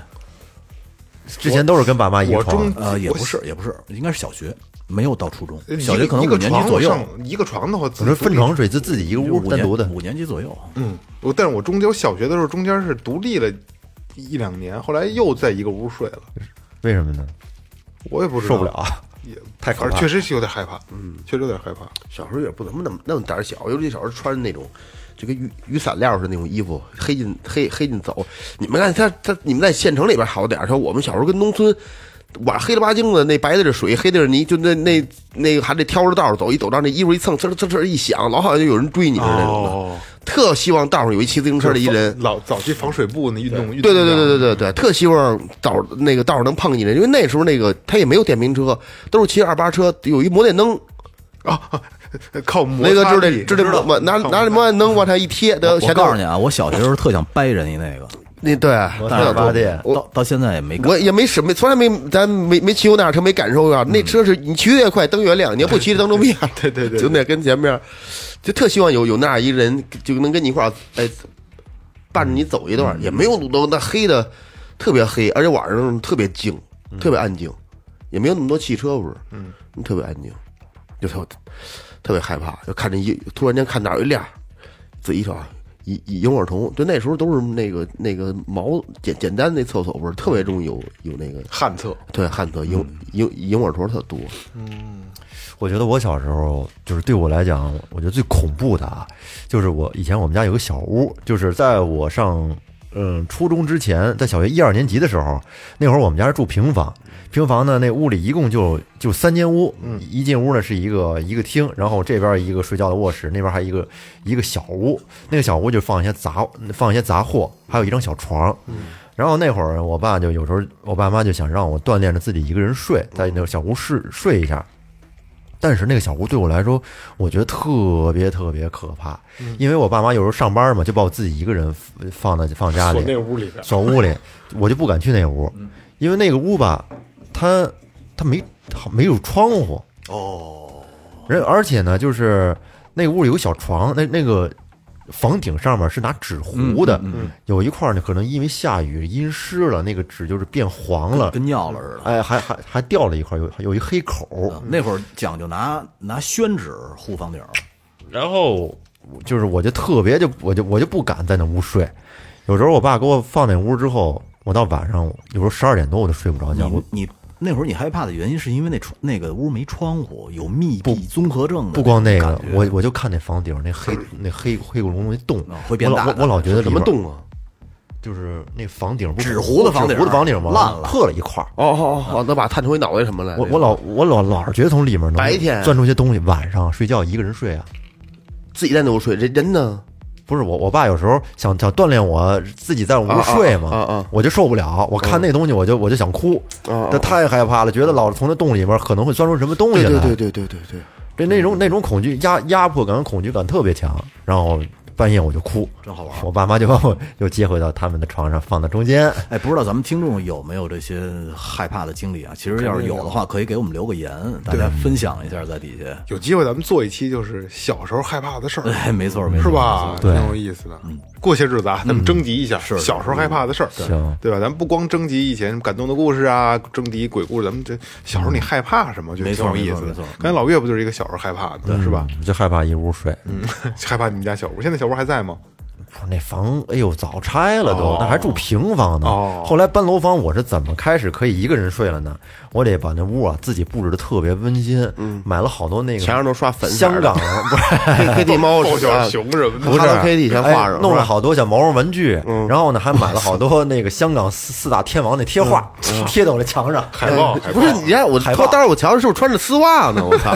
之前都是跟爸妈一个我床中。呃，也我呃不是，也不是，应该是小学，没有到初中一，个小学可能一五个年床级左右上，一个床的话，我说分床睡，就自己一个就是屋五单年独的。五年级左右。嗯，我但是我中间我小学的时候，中间是独立了一两年，后来又在一个屋睡了，为什么呢？我也不知道受不，了，啊也太可怕反了正确实是有点害怕，嗯，确实有点害怕。小时候也不怎么那么那么胆儿小，尤其小时候穿那种就跟雨雨伞料似的那种衣服，黑进黑黑进走。你们看他他你们在县城里边好点儿，说我们小时候跟农村。晚上黑了吧唧的，那白的是水，黑的是泥，就那那哦那个还得挑着道儿走，一走到那衣服一蹭，呲呲呲呲一响，老好像就有人追你似的那种的。特希望道上有一骑自行车的一人，老早期防水布那运动运动对对对对对对对，特希望道那个道上能碰见一人，因为那时候那个他也没有电瓶车，都是骑着二八车，有一摩电灯，对，靠摩雷哥擦知道力知道吗？哦拿拿着摩电灯往上一贴，得我全告道诉你啊，我小学时候特想掰人一那个，那对，但是八戒我到到现在也没干。我也没什么，从来没咱没没骑过那辆车，没感受啊过。那车是你骑得越快，灯越亮，你要不骑着灯都不亮。对对对对就那跟前面，就特希望有有那样一人，就能跟你一块儿哎，伴着你走一嗯段，也没有路灯，那黑的特别黑，而且晚上特别静，特别安静，也没有那么多汽车，不是？嗯，特别安静，就特特别害怕，就看着一突然间看哪儿有一亮，自己一瞅。一一萤火虫，就那时候都是那个那个毛简简单那厕所不是特别容易有有那个旱厕，对旱厕萤嗯萤萤火虫特多，我觉得我小时候就是对我来讲，我觉得最恐怖的啊，就是我以前我们家有个小屋，就是在我上嗯初中之前，在小学一二年级的时候，那会儿我们家是住平房，平房呢那屋里一共就就三间屋，一进屋呢是一个一个厅，然后这边一个睡觉的卧室，那边还一个一个小屋，那个小屋就放一些杂放一些杂货，还有一张小床。然后那会儿，我爸就有时候，我爸妈就想让我锻炼着自己一个人睡，在那个小屋睡睡一下。但是那个小屋对我来说，我觉得特别特别可怕，嗯因为我爸妈有时候上班嘛，就把我自己一个人放在放家里，锁那屋里边，锁屋 (laughs) 里，我就不敢去那屋，嗯因为那个屋吧，它它没它没有窗户哦，人而且呢，就是那屋里有个小床，那那个房顶上面是拿纸嗯糊的，有一块儿呢，可能因为下雨阴湿了，那个纸就是变黄了，跟尿了似的。哎，还还还掉了一块儿，有有一黑口儿，哎那会儿讲究拿拿宣纸糊房顶儿，然后就是我就特别就我就我就不敢在那屋睡，有时候我爸给我放那屋之后，我到晚上有时候十二点多我都睡不着觉，我你你那会儿你害怕的原因是因为那窗那个屋没窗户，有密闭综合症的不光那那个种感，觉我我就看那房顶儿那黑那黑黑咕隆咚那洞啊会变我老大我的我老觉得什里么边洞啊？就是那房顶儿不是纸糊的房顶儿纸糊的房顶儿嘛，烂了哎破了一块儿。哦哦哦，能把探出一脑袋什么来？我我老我老老是觉得从里面能白天钻出些东西，晚上睡觉一个人睡啊。自己在那屋睡，这人呢？不是我，我爸有时候想想锻炼我自己在屋睡嘛，啊啊啊啊我就受不了，我看那东西我就、我就想哭，啊啊这太害怕了，觉得老是从那洞里面可能会钻出什么东西对来，对对对对对对，这那种那种恐惧压压迫感、恐惧感特别强，然后半夜我就哭，真好玩。我爸妈就把我又接回到他们的床上，放在中间。哎，不知道咱们听众有没有这些害怕的经历啊？其实要是有的话，可以给我们留个言，大家分享一下在底下。有机会咱们做一期就是小时候害怕的事儿，哎，没错，没是错，吧？挺对有意思的。嗯过些日子啊，咱们征集一下小时候害怕的事儿，行对吧？咱们不光征集以前感动的故事啊，征集鬼故事，咱们这小时候你害怕什么，就挺嗯没错有意没错思没的错。刚才老岳不就是一个小时候害怕的，是吧？嗯？就害怕一屋睡，嗯， (laughs) 害怕你们家小屋，现在小屋还在吗？不是那房，哎呦，早拆了哦都，那还住平房呢。哦后来搬楼房，我是怎么开始可以一个人睡了呢？我得把那屋啊自己布置的特别温馨，买了好多那个嗯墙上都刷粉色香的港 (laughs) 不是黑地猫抱是小吧熊什么的，不是 Hello Kitty 先画上哎弄是了吧嗯好多小毛绒文具，然后呢还买了好多那个香港四四大天王那贴画，嗯贴在我这墙上。海报，海报不是你让我哎海报当时我瞧的是我穿着丝袜呢，我操！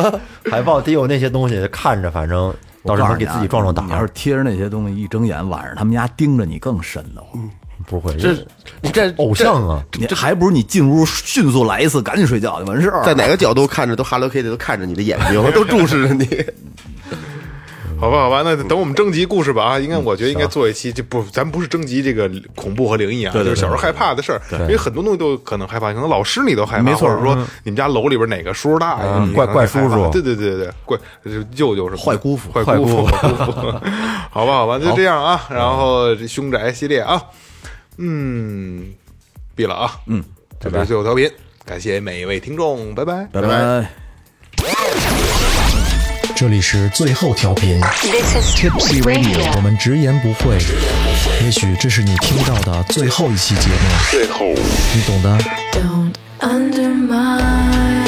(laughs) 海报得有那些东西，看着反正到时候给啊自己壮壮胆啊你要是儿。贴着那些东西，一睁眼晚上他们家盯着你更深的嗯慌。不会，这你这偶像啊，你还不如你进屋迅速来一次，赶紧睡觉就完事儿了。在哪个角度看着都 Hello Kitty 都看着你的眼睛，都注视着你。好吧，好吧，那等我们征集故事吧嗯啊！应该，我觉得应该做一期，就不，咱不是征集这个恐怖和灵异啊，对对对就是小时候害怕的事儿，因为很多东西都可能害怕，可能老师你都害怕，没错嗯或者说你们家楼里边哪个叔叔大爷，嗯你可能怪怪叔叔害怕对对对对对，怪就是舅舅什么的坏姑父坏姑 (laughs) 父，坏姑父，好吧，好吧，就这样啊，然后这凶宅系列啊，嗯，闭了啊，嗯，这就是最后调频，感谢每一位听众，拜拜。拜拜。这里是最后调频 This is Tipsy Radio，我 Radio. 们直言不讳。也许这是你听到的最后一期节目，最后，你懂的。 Don't undermine.